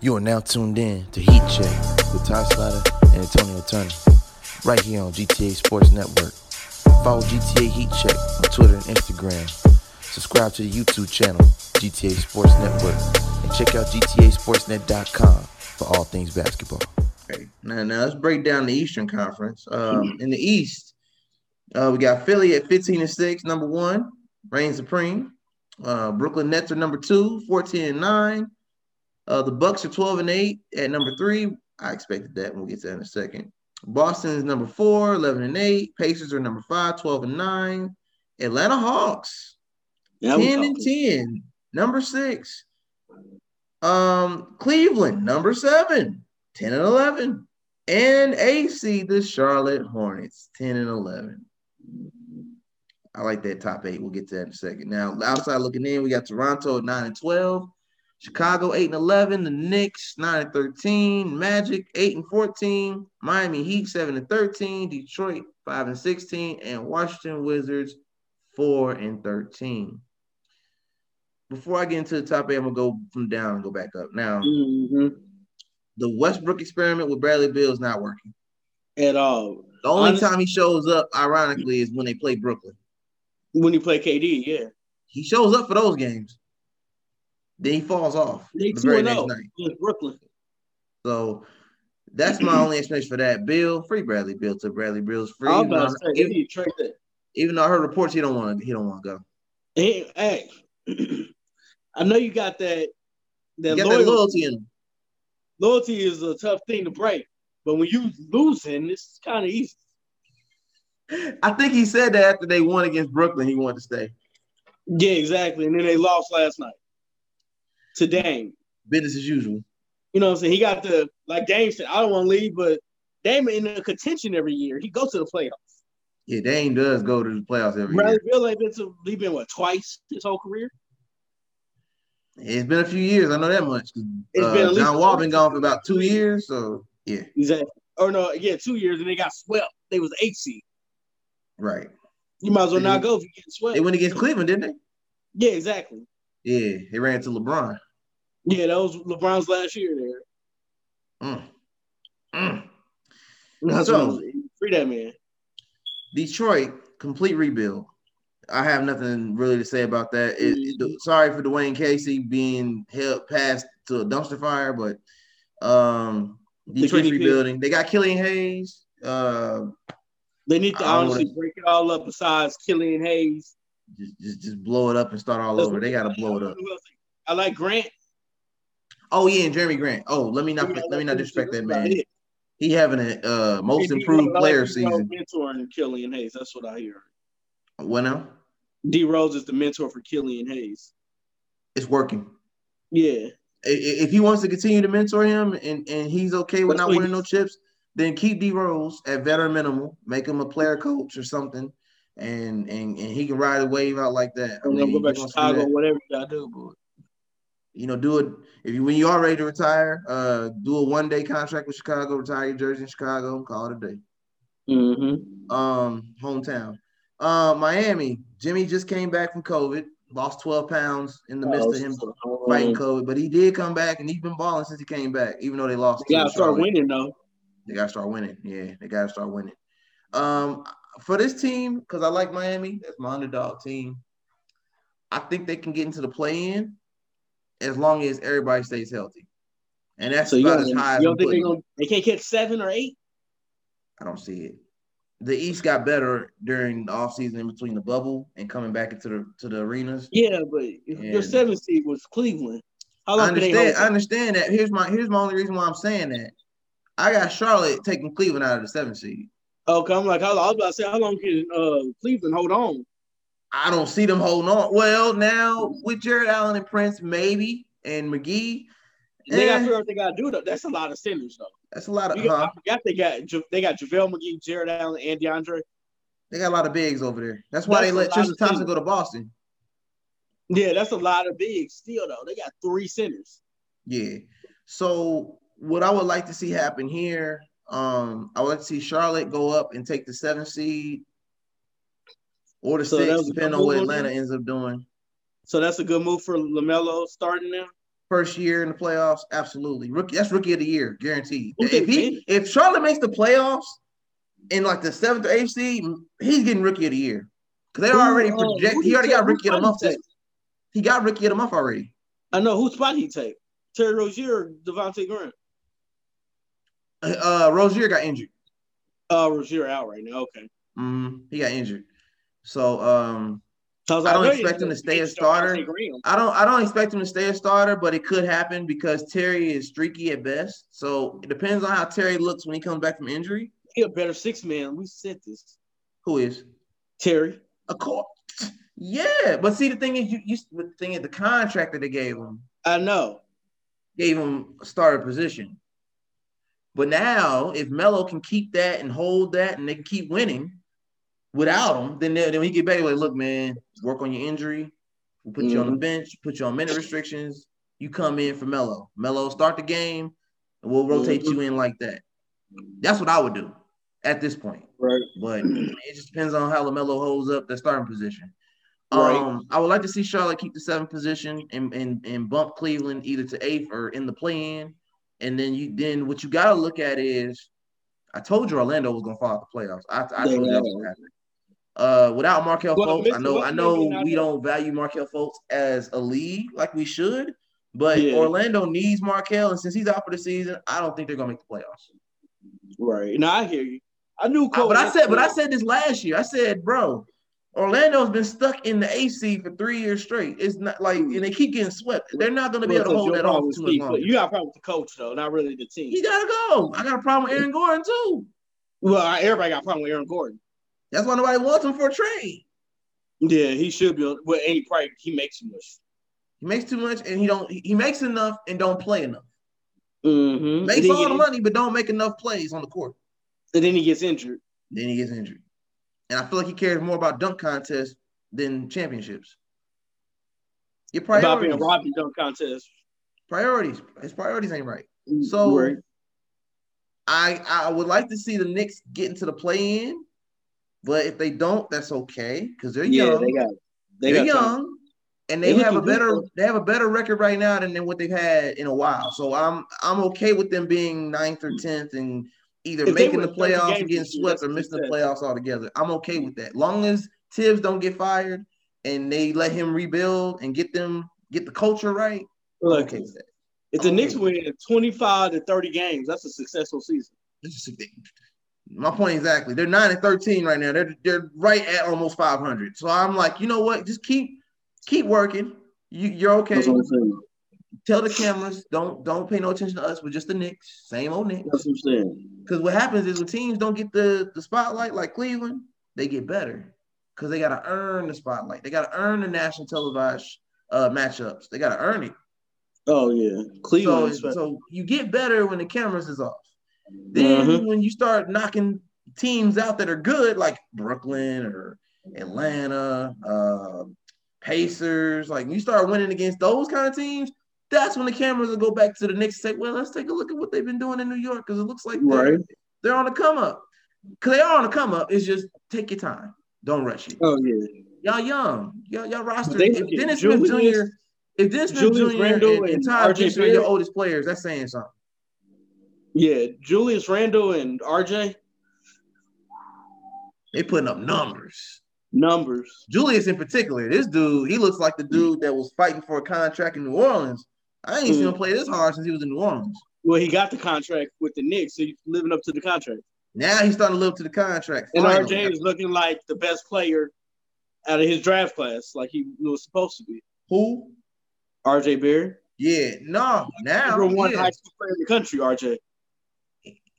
You are now tuned in to Heat Check with Ty Slider and Antonio Turner, right here on GTA Sports Network. Follow GTA Heat Check on Twitter and Instagram. Subscribe to the YouTube channel, GTA Sports Network, and check out GTASportsNet.com for all things basketball. Okay. Now, now let's break down the Eastern Conference. Um, in the East, uh, we got Philly at 15 and 6, number one, reign supreme. Uh, Brooklyn Nets are number two, 14 and 9. Uh, the Bucks are 12 and 8 at number three. I expected that. We'll get to that in a second. Boston is number four, 11 and 8. Pacers are number five, 12 and 9. Atlanta Hawks, Now we 10 and talking. 10, number six. Um, Cleveland, number seven, 10 and 11. And AC, the Charlotte Hornets, 10 and 11. I like that top eight. We'll get to that in a second. Now, outside looking in, we got Toronto at 9 and 12, Chicago 8 and 11, the Knicks 9 and 13, Magic 8 and 14, Miami Heat 7 and 13, Detroit 5 and 16, and Washington Wizards 4 and 13. Before I get into the top eight, I'm gonna go from down and go back up. Now, Mm-hmm. Mhm. the Westbrook experiment with Bradley Bill is not working. at all. The only Honest- time he shows up, ironically, is when they play Brooklyn. When you play KD, yeah, He shows up for those games. Then he falls off they the two very and oh. next zero night. against Brooklyn. So that's my only explanation for that. Bill, free Bradley Bill to Bradley Bill's free. I'm Even about though, to say they even, need to trade that. even though I heard reports he don't want to he don't want to go. Hey, hey. I know you got that. He That, got loyalty. that loyalty in him. loyalty is a tough thing to break, but when you losing, it's kind of easy. I think he said that after they won against Brooklyn, he wanted to stay. Yeah, exactly. And then they lost last night to Dame. Business as usual. You know what I'm saying? He got the like Dame said, I don't want to leave, but Dame in the contention every year. He goes to the playoffs. Yeah, Dame does go to the playoffs every Bradley year. Bill ain't been to he been what twice his whole career. It's been a few years. I know that much. 'cause, It's uh, been at John least- Wall been gone for about two years. So yeah, Exactly. Or no, yeah, two years, and they got swept. They was eight seed. right. You might as well not go if you get sweat. Mm-hmm. They went against Cleveland, didn't yeah, exactly. they? Yeah, they ran to LeBron. Yeah, that was LeBron's last year there. Mm. Mm. That's So- what I was- free that man. Detroit, complete rebuild. I have nothing really to say about that. It- Mm-hmm. it- sorry for Dwayne Casey being held past to a dumpster fire, but um, Detroit's guinea pig. rebuilding. They got Killian Hayes. Uh, They need to I honestly would've- break it all up. Besides Killian Hayes, just, just just blow it up and start all That's over. They got to blow it up. I like Grant. Oh yeah, and Jeremy Grant. Oh, let me not let me not disrespect that man. He having a uh, most Hey, D-Rod, improved I like player D-Rod season. Mentoring Killian Hayes. That's what I hear. What now? D Rose is the mentor for Killian Hayes. It's working. Yeah, I- i- If he wants to continue to mentor him and, and he's okay with That's not what winning he- no chips, then keep D Rose at veteran minimum, make him a player coach or something, and and, and he can ride a wave out like that. I and then mean, go if he back to wants to do Chicago, that, whatever you gotta do. But you know, do it if you when you are ready to retire, uh, do a one day contract with Chicago, retire your jersey in Chicago, and call it a day. Mm-hmm. um hometown. Uh Miami, Jimmy just came back from COVID, lost 12 pounds in the Oh, midst of him fighting COVID, but he did come back and he's been balling since he came back, even though they lost. to You gotta start Charlotte. winning though. They gotta start winning. Yeah, they gotta start winning. Um for this team, because I like Miami, that's my underdog team. I think they can get into the play in as long as everybody stays healthy. And that's So you, about gotta, as you high as I'm don't think they putting gonna they can't catch seven or eight? I don't see it. The East got better during the offseason in between the bubble and coming back into the to the arenas. Yeah, but if Yeah. your seven seed was Cleveland. How I long can they hold? understand. I understand that. Here's my here's my only reason why I'm saying that. I got Charlotte taking Cleveland out of the seventh seed. okay, I'm like, how, I was about to say, how long can uh, Cleveland hold on? I don't see them holding on. Well, now with Jared Allen and Prince, maybe and McGee, Eh. They gotta figure out what they gotta do though. That's a lot of sinners though. that's a lot of You got- huh? I forgot they got Ja- they got JaVale McGee, Jared Allen, and DeAndre. They got a lot of bigs over there. That's why That's they a let lot Tristan of Thompson teams. go to Boston. Yeah, that's a lot of bigs still though. They got three centers. Yeah. So what I would like to see happen here, um, I would like to see Charlotte go up and take the seventh seed or the So that sixth, was a depending good on what move on Atlanta them? ends up doing. So that's a good move for Lamelo starting now. First year in the playoffs, absolutely. Rookie, that's rookie of the year, guaranteed. Who If they he, been? if Charlotte makes the playoffs in like the seventh or eighth seed, he's getting rookie of the year because they're Who, already uh, project. who He did already take- got who rookie of the Spotty month. take? this- He got rookie of the month already. I know whose spot he take. Terry Rozier, or Devontae Graham. Uh, Rozier got injured. Uh, Rozier out right now. Okay. Mhm, He got injured. So um, So was I don't like, wait, expect him to you stay a can't start starter. Devontae Graham. I don't I don't expect him to stay a starter, but it could happen because Terry is streaky at best. So it depends on how Terry looks when he comes back from injury. He a better six man. We said this. Who is Terry. a core? Yeah, but see the thing is, you you the thing is the contract that they gave him I know. gave him a starter position. But now, if Melo can keep that and hold that, and they can keep winning without him, then they- then he get back like, look, man, work on your injury. We'll put you on the bench, put you on minute restrictions. You come in for Melo. Melo start the game, and we'll rotate Mhm. you in like that. That's what I would do at this point. Right. But it just depends on how Lamelo holds up that starting position. Right. Um, I would like to see Charlotte keep the seventh position and, and and bump Cleveland either to eighth or in the play-in. And then you then what you gotta look at is, I told you Orlando was gonna fall out the playoffs. I, I told you that was gonna happen. Uh, without Markel Well, Fultz, I Mr. know I Westbrook may know not we have- don't value Markel Fultz as a lead like we should, but Yeah. Orlando needs Markel, and since he's out for the season, I don't think they're gonna make the playoffs. Right. Now I hear you. I knew I- Cole. but I was- said, but I said this last year. I said, bro, Orlando's been stuck in the AC for three years straight. It's not like, and they keep getting swept. They're not going to be able to Well, hold your that off problem is too Steve long. Clifford. You got a problem with the coach though, not really the He team. got to go. I got a problem with Aaron Gordon too. Well, I- everybody got a problem with Aaron Gordon. That's why nobody wants him for a trade. Yeah, he should be. on- Well, ain't probably he makes too much. He makes too much, and he don't. He makes enough and don't play enough. Mm-hmm. And, Makes then all the he- money, but don't make enough plays on the court. and then he gets injured. Then he gets injured, and I feel like he cares more about dunk contests than championships. Your About priorities, being robbed in dunk contest. priorities. His priorities ain't right. So Right. I I would like to see the Knicks get into the play in But if they don't, that's okay because they're yeah, young. they got they They are got young, time. and they, They have a looking good, better though. they have a better record right now than, than what they've had in a while. So I'm I'm okay with them being ninth or tenth and either If they making win the thirty games playoffs this and getting year, swept that's or missing the success. playoffs altogether. I'm okay with that. Long as Tibbs don't get fired and they let him rebuild and get them get the culture right. I'm Look, okay with that. if the okay. Knicks win 25 to 30 games, that's a successful season. This is a big- my point exactly. They're nine and thirteen right now. They're they're right at almost five hundred. So I'm like, you know what? Just keep keep working. You you're okay. That's what I'm saying. Tell the cameras don't don't pay no attention to us. We're just the Knicks, same old Knicks. That's what I'm saying. Because what happens is when teams don't get the the spotlight like Cleveland, they get better because they got to earn the spotlight. They got to earn the national televised uh, matchups. They got to earn it. Oh yeah, So, Cleveland. So, so you get better when the cameras is off. Then Mhm. when you start knocking teams out that are good, like Brooklyn or Atlanta, uh, Pacers, like you start winning against those kind of teams, that's when the cameras will go back to the Knicks and say, "Well, let's take a look at what they've been doing in New York because it looks like they're, right. they're on a come up." Because they are on a come up. It's just take your time, don't rush it. Oh yeah. Y'all young, y'all, y'all roster. they If look at Dennis Smith Julius- Jr. If Dennis Smith Julius Jr. Randle and, and and Todd RJ Gibson are your Barrett. oldest players, that's saying something. Yeah, Julius Randle and RJ They putting up numbers. numbers. Julius in particular, this dude, he looks like the dude that was fighting for a contract in New Orleans. I ain't seen him Mm. play this hard since he was in New Orleans. Well, he got the contract with the Knicks, so he's living up to the contract. Now he's starting to live up to the contract. And finally. RJ is looking like the best player out of his draft class, like he was supposed to be. Who? RJ Berry, Yeah, no, now. number one Yeah. high school player in the country. RJ.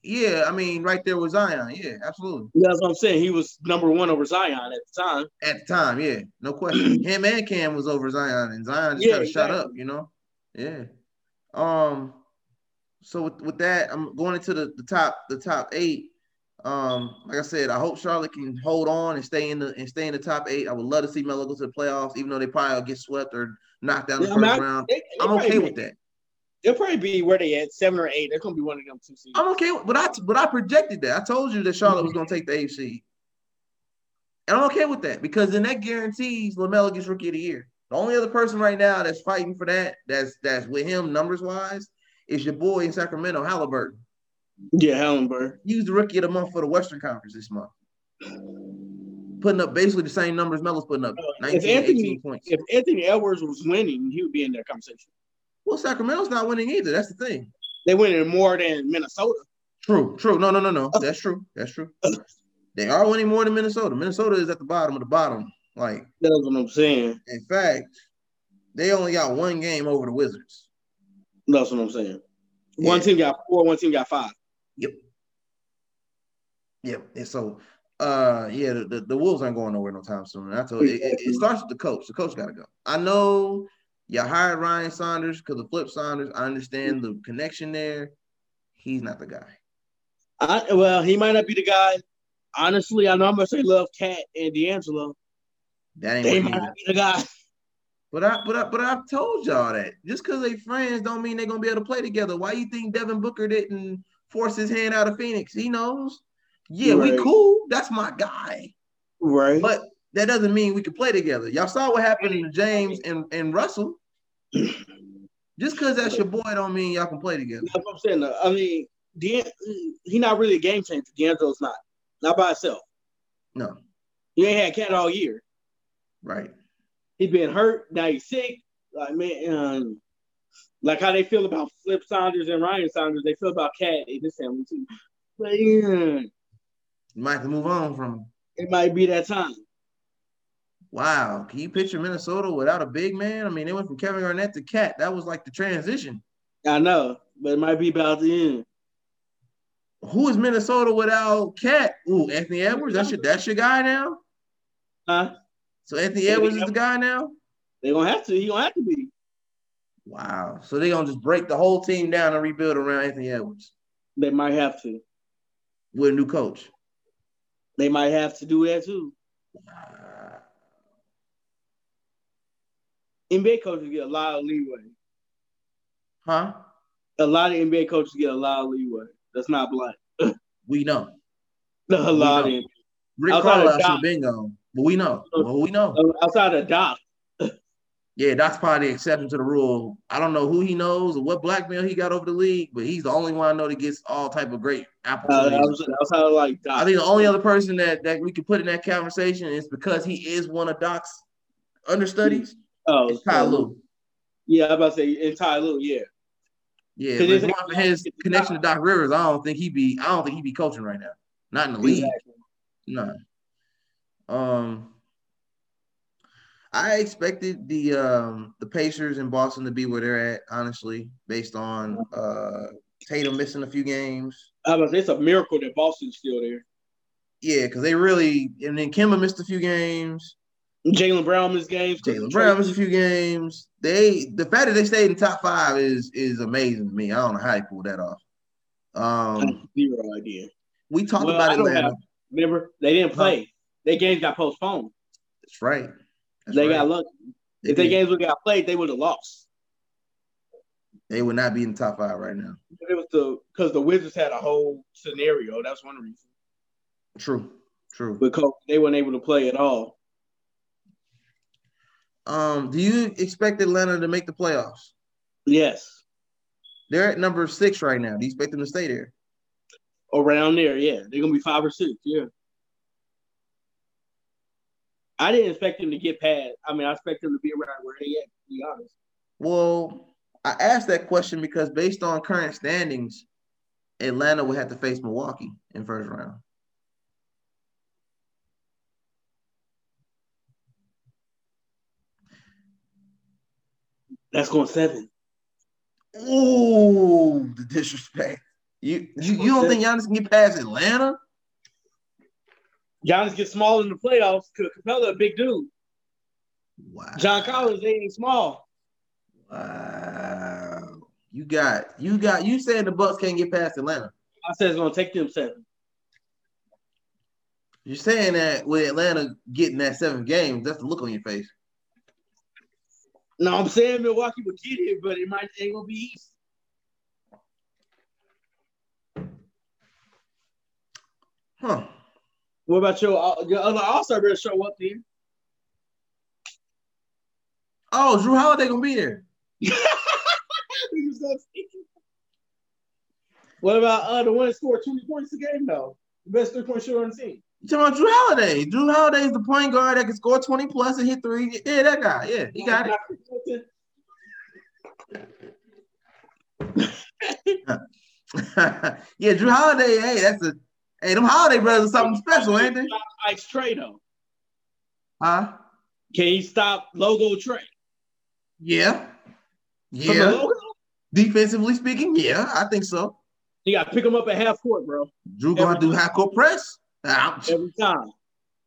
yeah, I mean, right there was Zion. Yeah, absolutely. That's what I'm saying. He was number one over Zion at the time. At the time, yeah, no question. Him and Cam was over Zion, and Zion just Yeah, kind of shot exactly. up, you know? Yeah. Um, so with, with that, I'm going into the, the top the top eight. Um, like I said, I hope Charlotte can hold on and stay in the and stay in the top eight. I would love to see Melo go to the playoffs, even though they probably will get swept or knocked down the Yeah, I first mean, I- round. They- they I'm okay probably- with that. They'll probably be where they at seven or eight. They're gonna be one of them two seeds. I'm okay with but I but I projected that. I told you that Charlotte was gonna take the eighth seed. And I'm okay with that because then that guarantees LaMelo gets rookie of the year. The only other person right now that's fighting for that, that's that's with him numbers wise, is your boy in Sacramento, Halliburton. Yeah, Hellenberg. He was the rookie of the month for the Western Conference this month. Putting up basically the same numbers Melo's putting up, Oh, if 19, Anthony- 18 points. If Anthony Edwards was winning, he would be in that conversation. well, Sacramento's not winning either. That's the thing. They winning more than Minnesota. True, true. No, no, no, no. That's true. That's true. They are winning more than Minnesota. Minnesota is at the bottom of the bottom. Like, That's what I'm saying. in fact, they only got one game over the Wizards. That's what I'm saying. One Yeah. team got four, one team got five. Yep. And so, uh, yeah, the, the, the Wolves aren't going nowhere no time soon. And I told you, it, it, it starts with the coach. The coach got to go. I know you hired Ryan Saunders because of Flip Saunders. I understand the connection there. He's not the guy. I, well, he might not be the guy. Honestly, I know I'm gonna say love Cat and D'Angelo. That ain't They what he might is. not be the guy. But I, but I, but I've told y'all that just because they friends don't mean they're gonna be able to play together. Why you think Devin Booker didn't force his hand out of Phoenix? He knows. Yeah, Right. we cool. That's my guy. Right. But that doesn't mean we can play together. Y'all saw what happened to James and, and Russell. Just because that's your boy don't mean y'all can play together. That's what I'm saying. though. I mean, De- he not really a game changer. D'Angelo's not. Not by himself. No, He ain't had Cat all year. right. he been hurt. Now he's sick. Like man, um, like how they feel about Flip Saunders and Ryan Saunders, they feel about Cat in this family too. But yeah, You might have to move on from him. it might be that time. Wow, can you picture Minnesota without a big man? I mean, they went from Kevin Garnett to Cat. That was like the transition. I know, but it might be about the end. Who is Minnesota without Cat? Ooh, Anthony Edwards. That's your that's your guy now. Huh? So Anthony Edwards is the guy now. They gonna have to. He gonna have to be. Wow. So they're gonna just break the whole team down and rebuild around Anthony Edwards They might have to. with a new coach. They might have to do that too. Uh, NBA coaches get a lot of leeway. Huh? A lot of NBA coaches get a lot of leeway. That's not black. We know. A lot of We NBA. Rick Outside of Carlisle should Doc. have been gone, but we know. Well, we know. Uh, Outside of Doc, Yeah, that's probably the exception to the rule. I don't know who he knows or what blackmail he got over the league, but he's the only one I know that gets all type of great uh, opportunities. outside, outside of like Doc. I think the only other person that, that we could put in that conversation is because he is one of Doc's understudies. oh, It's Ty Lue. Yeah, I about to say and Ty Lue, yeah. Yeah, 'Cause but it's- if not for his connection to Doc Rivers, I don't think he be. I don't think he be coaching right now. Not in the league. Exactly. No. Um, I expected the um the Pacers in Boston to be where they're at, honestly, based on uh Tatum missing a few games. I was about to say, it's a miracle that Boston's still there. Yeah, because they really and then Kimba missed a few games. Jalen Brown missed games. Jalen Brown missed a few games. They the fact that they stayed in top five is is amazing to me. I don't know how they pulled that off. I have Um, zero idea. we talked Well, I about it don't last. have- Remember, they didn't play. Their games got postponed. That's right. That's they right. got lucky. They if their did. games would have got played, they would have lost. they would not be in the top five right now. It was the because the Wizards had a whole scenario. That's one reason. True. True. Because they weren't able to play at all. Um, do you expect Atlanta to make the playoffs? Yes, They're at number six right now. Do you expect them to stay there? around there. Yeah, they're gonna be five or six. Yeah. I didn't expect them to get past. I mean, I expect them to be around where they at. To be honest. Well, I asked that question because based on current standings, Atlanta would have to face Milwaukee in first round. That's going seven. Ooh, the disrespect. You you, you don't think Giannis can get past Atlanta? Giannis gets small in the playoffs. 'cause Capella, a big dude. Wow. John Collins they ain't small. Wow. You got you got you saying the Bucks can't get past Atlanta. I said it's gonna take them seven. You're saying that with Atlanta getting that seventh game, that's the look on your face. No, I'm saying Milwaukee would get it, but it might ain't gonna be easy. Huh. What about your uh, your other All Star better show up there? Oh, Drew Holiday gonna be there. He was gonna see. what about uh, the one that scored 20 points a game though? The best three point shooter on the team. You talking about Drew Holiday? Drew Holiday is the point guard that can score twenty plus and hit three. Yeah, that guy. Yeah, he got it. it. yeah, Drew Holiday. Hey, that's a. Hey, them Holiday brothers are something special, ain't they? Ice Trey though. Huh? Can he stop logo Trey? Yeah. From the Yeah. logo? Defensively speaking, yeah, I think so. You gotta pick him up at half court, bro. Drew gonna do high court press. Nah, I'm- Every time.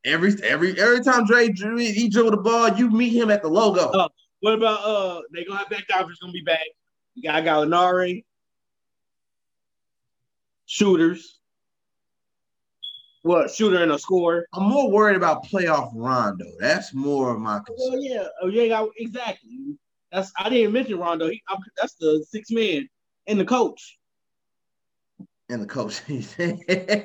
Every every every time Dre drew he dribble the ball, you meet him at the logo. Oh. What about uh they gonna have back divers gonna be back? You got Gallinari. Shooters. What shooter and a scorer? I'm more worried about playoff Rondo. That's more of my Oh concern. yeah, oh yeah, yeah, exactly. That's I didn't mention Rondo. He, I'm, that's the six man and the coach. and the coach.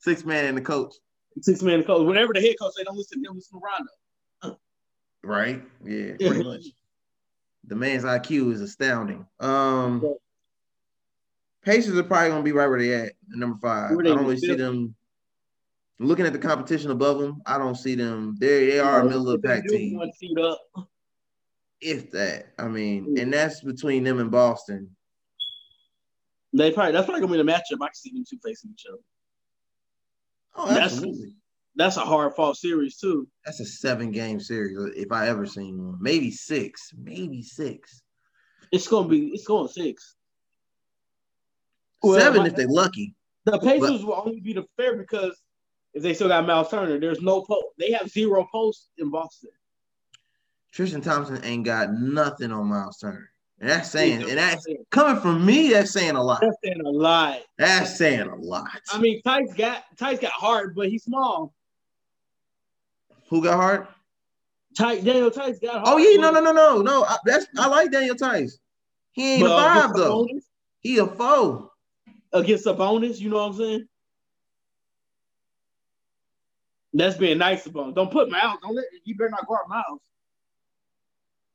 Six man and the coach. Six man and coach. Whenever the head coach say don't listen to him, listen to Rondo. Right? Yeah, pretty much. The man's IQ is astounding. Um Pacers are probably gonna be right where they at, number five. Where I they don't really fifth? see them looking at the competition above them. I don't see them. They they are a middle of the pack Duke team. One seat up. If that. I mean, and that's between them and Boston. They probably that's probably gonna be the matchup. I can see them two facing each other. Oh, That's- absolutely. That's a hard fought series too. That's a seven game series uh, if I ever seen one. Maybe six. Maybe six. It's gonna be it's going six. Well, Seven my- if they lucky. The Pacers will only be the fair because if they still got Miles Turner, there's no post. They have zero posts in Boston. Tristan Thompson ain't got nothing on Miles Turner. And that's saying, and that's coming from me, that's saying a lot. that's saying a lot. That's saying a lot. I mean, Tice got Tice got hard, but he's small. Who got hard? Tice, Daniel Tice got hard. Oh, yeah, no, no, no, no, no. I, that's I like Daniel Tice. He ain't But uh, a five against though. Sabonis- He a four. Against Sabonis, you know what I'm saying? That's being nice to Bones. Don't put Miles. Don't let you better not go out Miles.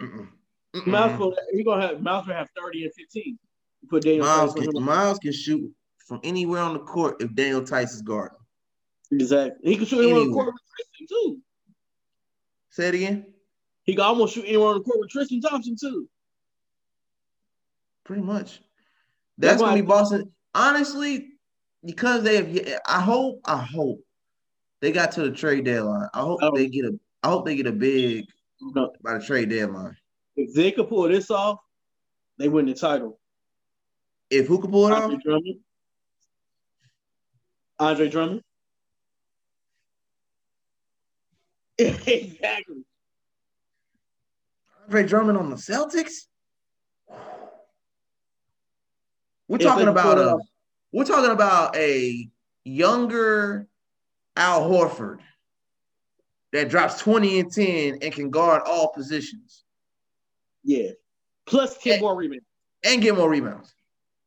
Mm-mm. Mm-mm. Miles will he gonna have Miles will have thirty and fifteen. You Put Daniel Miles Tice on can, him. Miles can shoot from anywhere on the court if Daniel Tice is guarding. exactly. He can shoot anyone on the Anywhere. court with Tristan too. Say it again. He can almost shoot anyone on the court with Tristan Thompson too. Pretty much. That's That's gonna why- be Boston. Honestly, because they have. I hope. I hope they got to the trade deadline. I hope I don't- they get a. I hope they get a big No, by the trade deadline. if they could pull this off, they win the title. If who can pull it off, Andre Drummond. Andre Drummond. exactly. Andre Drummond on the Celtics. We're If they talking can about pull it a. off. We're talking about a younger Al Horford that drops twenty and ten and can guard all positions Yeah. Plus ten Hey. more rebounds. and get more rebounds.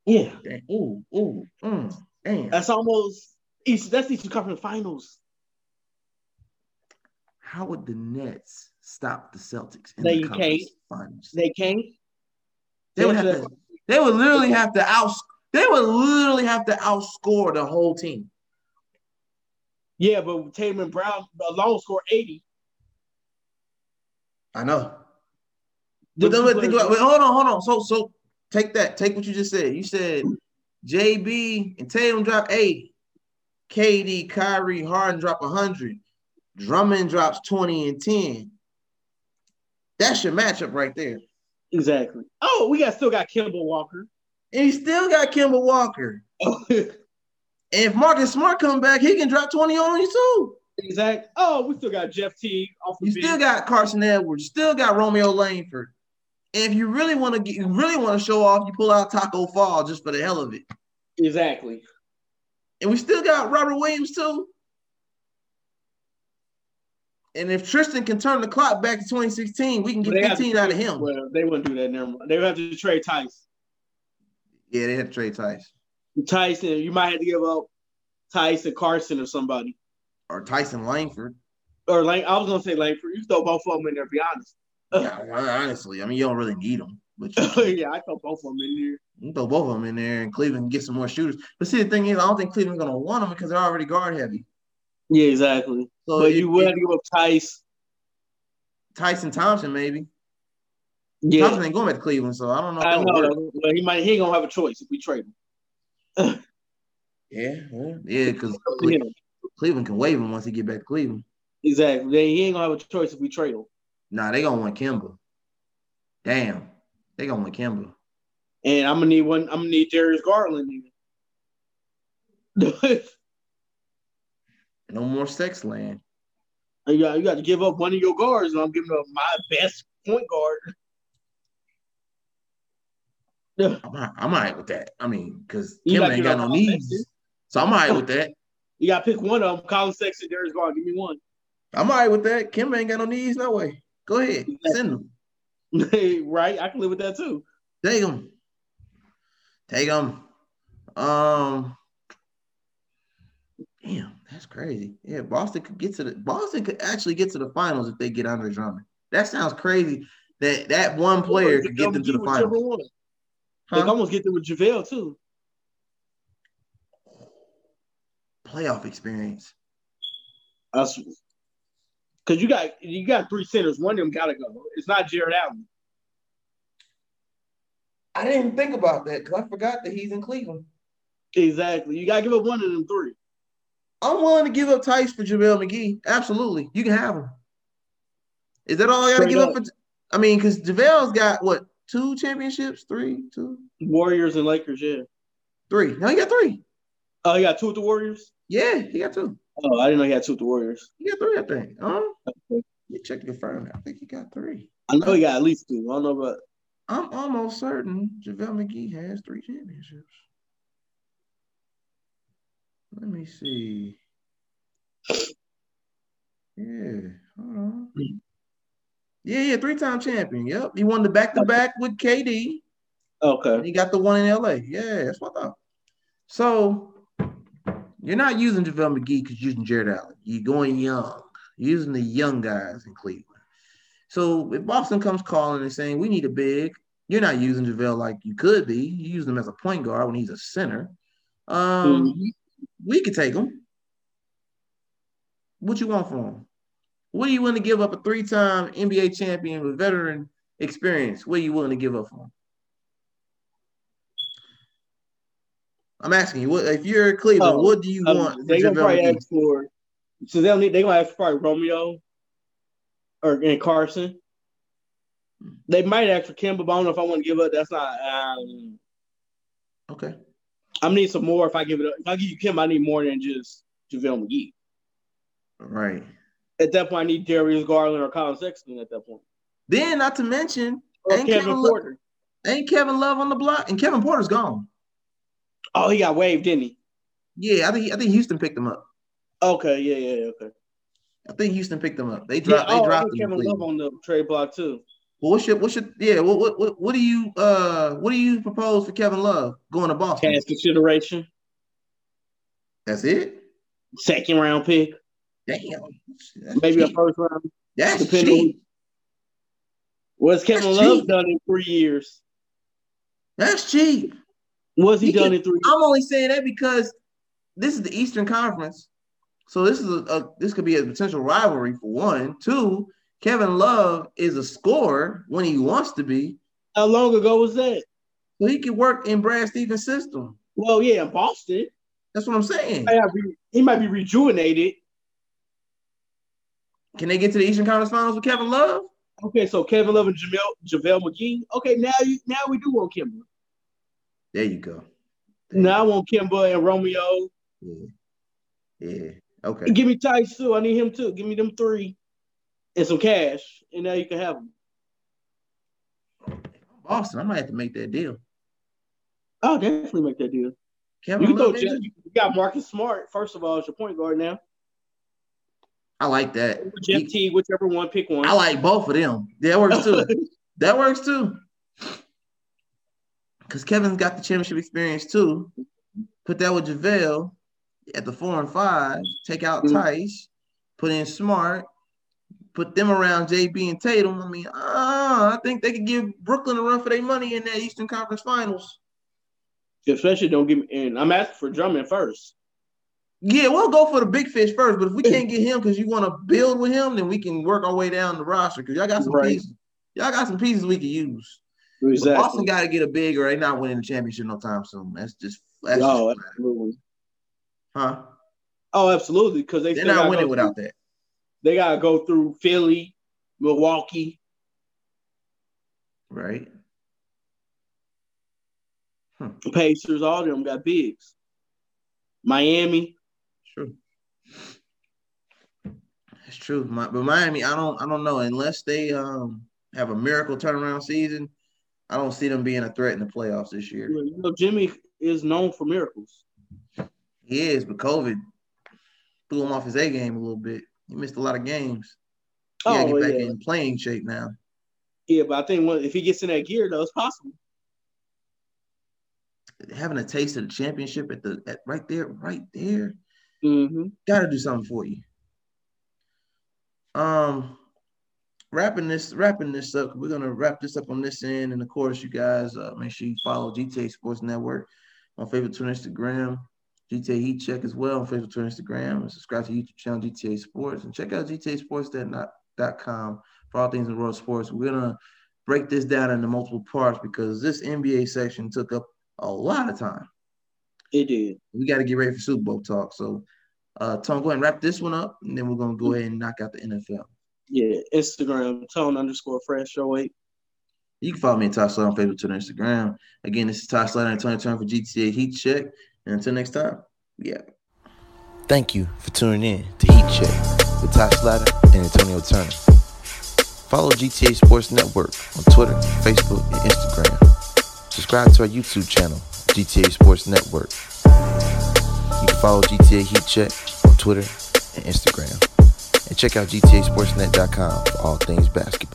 Yeah. Damn. Ooh, ooh, mm, damn. That's almost each. That's each conference finals. How would the Nets stop the Celtics in No, the you conference can't. finals? They, They can't. would have to. They would literally have to out. They would literally have to outscore the whole team. Yeah, but Tatum and Brown alone score eighty. I know. But then let's think about. Wait, hold on, hold on. So, so take that. Take what you just said. You said JB and Tatum drop eighty. KD, Kyrie, Harden drop hundred. Drummond drops twenty and ten. That's your matchup right there. exactly. Oh, we got still got Kimball Walker. And you still got Kimball Walker. And if Marcus Smart come back, he can drop 20 on you too. exactly. Oh, we still got Jeff Teague off the You bench. still got Carson Edwards, you still got Romeo Langford. And if you really want to get you really want to show off, you pull out Taco Fall just for the hell of it. exactly. And we still got Robert Williams too. And if Tristan can turn the clock back to 2016, we can They get have to 15 out of him. Well, they wouldn't do that. Never mind. They would have to trade Tice. Yeah, they had to trade Tice. Tyson, you might have to give up Tyson Carson or somebody. Or Tyson Langford. Or like I was gonna say Langford. You throw both of them in there. Be honest. Yeah, well, honestly, I mean, you don't really need him, but you can. yeah, I throw both of them in there. You can throw both of them in there, and Cleveland can get some more shooters. But see, the thing is, I don't think Cleveland's gonna want them because they're already guard heavy. Yeah, exactly. So But it- you would it- have to give up Tice. Tyson Thompson maybe. Yeah. Thompson ain't going back to Cleveland, so I don't know. If I that'll work. know, but he might he ain't gonna have a choice if we trade him. Yeah, yeah, yeah, because Yeah, Cleveland can waive him once he get back to Cleveland. exactly. Then he ain't gonna have a choice if we trade him. Nah, they gonna want Kimba. Damn, they gonna want Kimba. And I'm gonna need one. I'm gonna need Darius Garland. Even. No more sex land. you, got, you got to give up one of your guards, and I'm giving up my best point guard. I'm all, I'm all right with that. I mean, because You Kimba gotta ain't get got no on knees, offense. so I'm all right with that. You got to pick one of them. Colin Sexton, Darius Garland. Give me one. I'm all right with that. Kimba ain't got no knees, no way. Go ahead, send him. right? I can live with that too. Take him. Take him. Um. Damn, that's crazy. Yeah, Boston could get to the Boston could actually get to the finals if they get Andre Drummond. That sounds crazy. That that one player could get them to the With finals. Timberwolves. They could Huh? almost get them with JaVale too. Playoff experience. Us. Cause you got you got three centers. One of them gotta go. It's not Jared Allen. I didn't think about that because I forgot that he's in Cleveland. Exactly. You gotta give up one of them three. I'm willing to give up Tice for JaVale McGee. Absolutely. You can have him. Is that all I gotta Straight give up for up. I mean, because JaVale's got what two championships? Three, two, Warriors and Lakers, yeah. three. No, he got three. Oh, he got two with the Warriors? Yeah, he got two. Oh, I didn't know he had two with the Warriors. He got three, I think. Huh? You check to confirm. I think he got three. I know he got at least two. I don't know about I'm almost certain JaVale McGee has three championships. Let me see. Yeah, hold on. Yeah, yeah, three-time champion. Yep, he won the back-to-back with KD. And Okay. he got the one in LA. Yeah, that's what I thought. So You're not using JaVale McGee because you're using Jared Allen. You're going young. You're using the young guys in Cleveland. So if Boston comes calling and saying, we need a big, you're not using JaVale like you could be. You use him as a point guard when he's a center. Um, Mhm. We could take him. What you want for him? What are you willing to give up a three-time NBA champion with veteran experience? What are you willing to give up for him? I'm asking you. What if you're Cleveland? Oh, what do you Um, want? they for gonna JaVale probably McGee? ask for so they'll need they gonna ask for probably Romeo or and Carson. They might ask for Kimba, but I don't know if I want to give up. That's not. Um, Okay. I need some more. If I give it up, if I give you Kimba, I need more than just Javale McGee. All right. At that point, I need Darius Garland or Colin Sexton. At that point, Then, not to mention, or And Kevin Kevin Lo- Porter. ain't Kevin Love on the block? And Kevin Porter's gone. Oh, he got waived, didn't he? Yeah, I think I think Houston picked him up. Okay, yeah, yeah, yeah, okay. I think Houston picked him up. They Yeah, dropped. oh, they I dropped put him. to Kevin Love Cleveland. on the trade block too. Well, what's your what's your yeah? What what what, what do you uh what do you propose for Kevin Love going to Boston? Cash consideration, That's it. second round pick, Damn. That's maybe a cheap. first round. That's depending on- cheap. What's Kevin That's Love cheap. done in three years? That's cheap. Was he, He done can- in three? I'm only saying that because this is the Eastern Conference, so this is a, a this could be a potential rivalry for one. Two, Kevin Love is a scorer when he wants to be, How long ago was that? so he can work in Brad Stevens' system. Well, yeah, in Boston, That's what I'm saying. He might be- he might be rejuvenated. Can they get to the Eastern Conference Finals with Kevin Love? Okay, so Kevin Love and Jamel, JaVale McGee. Okay, now you now we do want Kimba. There you go. Now I want Kimba and Romeo. Yeah. Yeah. Okay. Give me Tice too. I need him too. Give me them three and some cash, and now you can have them. Boston, I might have to make that deal. I'll definitely make that deal. You Kevin can throw Love, J- man, you got Marcus Smart first of all as your point guard now. I like that. Or Jeff T, whichever one, pick one. I like both of them. That works too. that works too. Because Kevin's got the championship experience too. Put that with JaVale at the four and five. Take out Mhm. Tice. Put in Smart. Put them around JB and Tatum. I mean, uh, I think they could give Brooklyn a run for their money in that Eastern Conference Finals. Especially don't give me. And I'm asking for Drummond first. Yeah, we'll go for the big fish first, but if we can't get him because you want to build with him, then we can work our way down the roster because y'all got some Right. pieces. Y'all got some pieces we can use. But Boston got to get a big, or they not winning the championship no time soon. That's just that's just Oh, flat. absolutely. huh? Oh, absolutely. Because they They're still not gotta go winning through- without that. They gotta go through Philly, Milwaukee. Right? Pacers, all of them got bigs. Miami, True. That's true. My, but Miami, I don't I don't know unless they um have a miracle turnaround season. I don't see them being a threat in the playoffs this year. you know, Jimmy is known for miracles. He is, but COVID blew him off his A game a little bit. He missed a lot of games. He gotta oh get back yeah, in playing shape now. yeah. But I think when, if he gets in that gear, though, it's possible. Having a taste of the championship at the at right there, right there, Mm-hmm. gotta do something for you. Um, wrapping this wrapping this up. We're gonna wrap this up on this end, and of course, you guys uh, make sure you follow GTA Sports Network on Facebook, Twitter, Instagram. GTA Heat Check as well on Facebook, Twitter, Instagram, and subscribe to YouTube channel GTA Sports and check out GTA GTASports.com for all things in the world of sports. We're gonna break this down into multiple parts because this NBA section took up a lot of time It did. we got to get ready for Super Bowl talk. So, uh, Tom, go ahead and wrap this one up, and then we're gonna go ahead and knock out the NFL. Yeah. Instagram tone underscore fresh 08. You can follow me at Tosh Slider on Facebook, Twitter, Instagram. Again, this is Tosh Slider and Tony Turn for GTA Heat Check. And until next time, yeah. Thank you for tuning in to Heat Check with Ty Slatter and Antonio Turner. Follow GTA Sports Network on Twitter, Facebook, and Instagram. Subscribe to our YouTube channel, GTA Sports Network. You can follow GTA Heat Check on Twitter and Instagram. And check out GTASportsNet.com for all things basketball.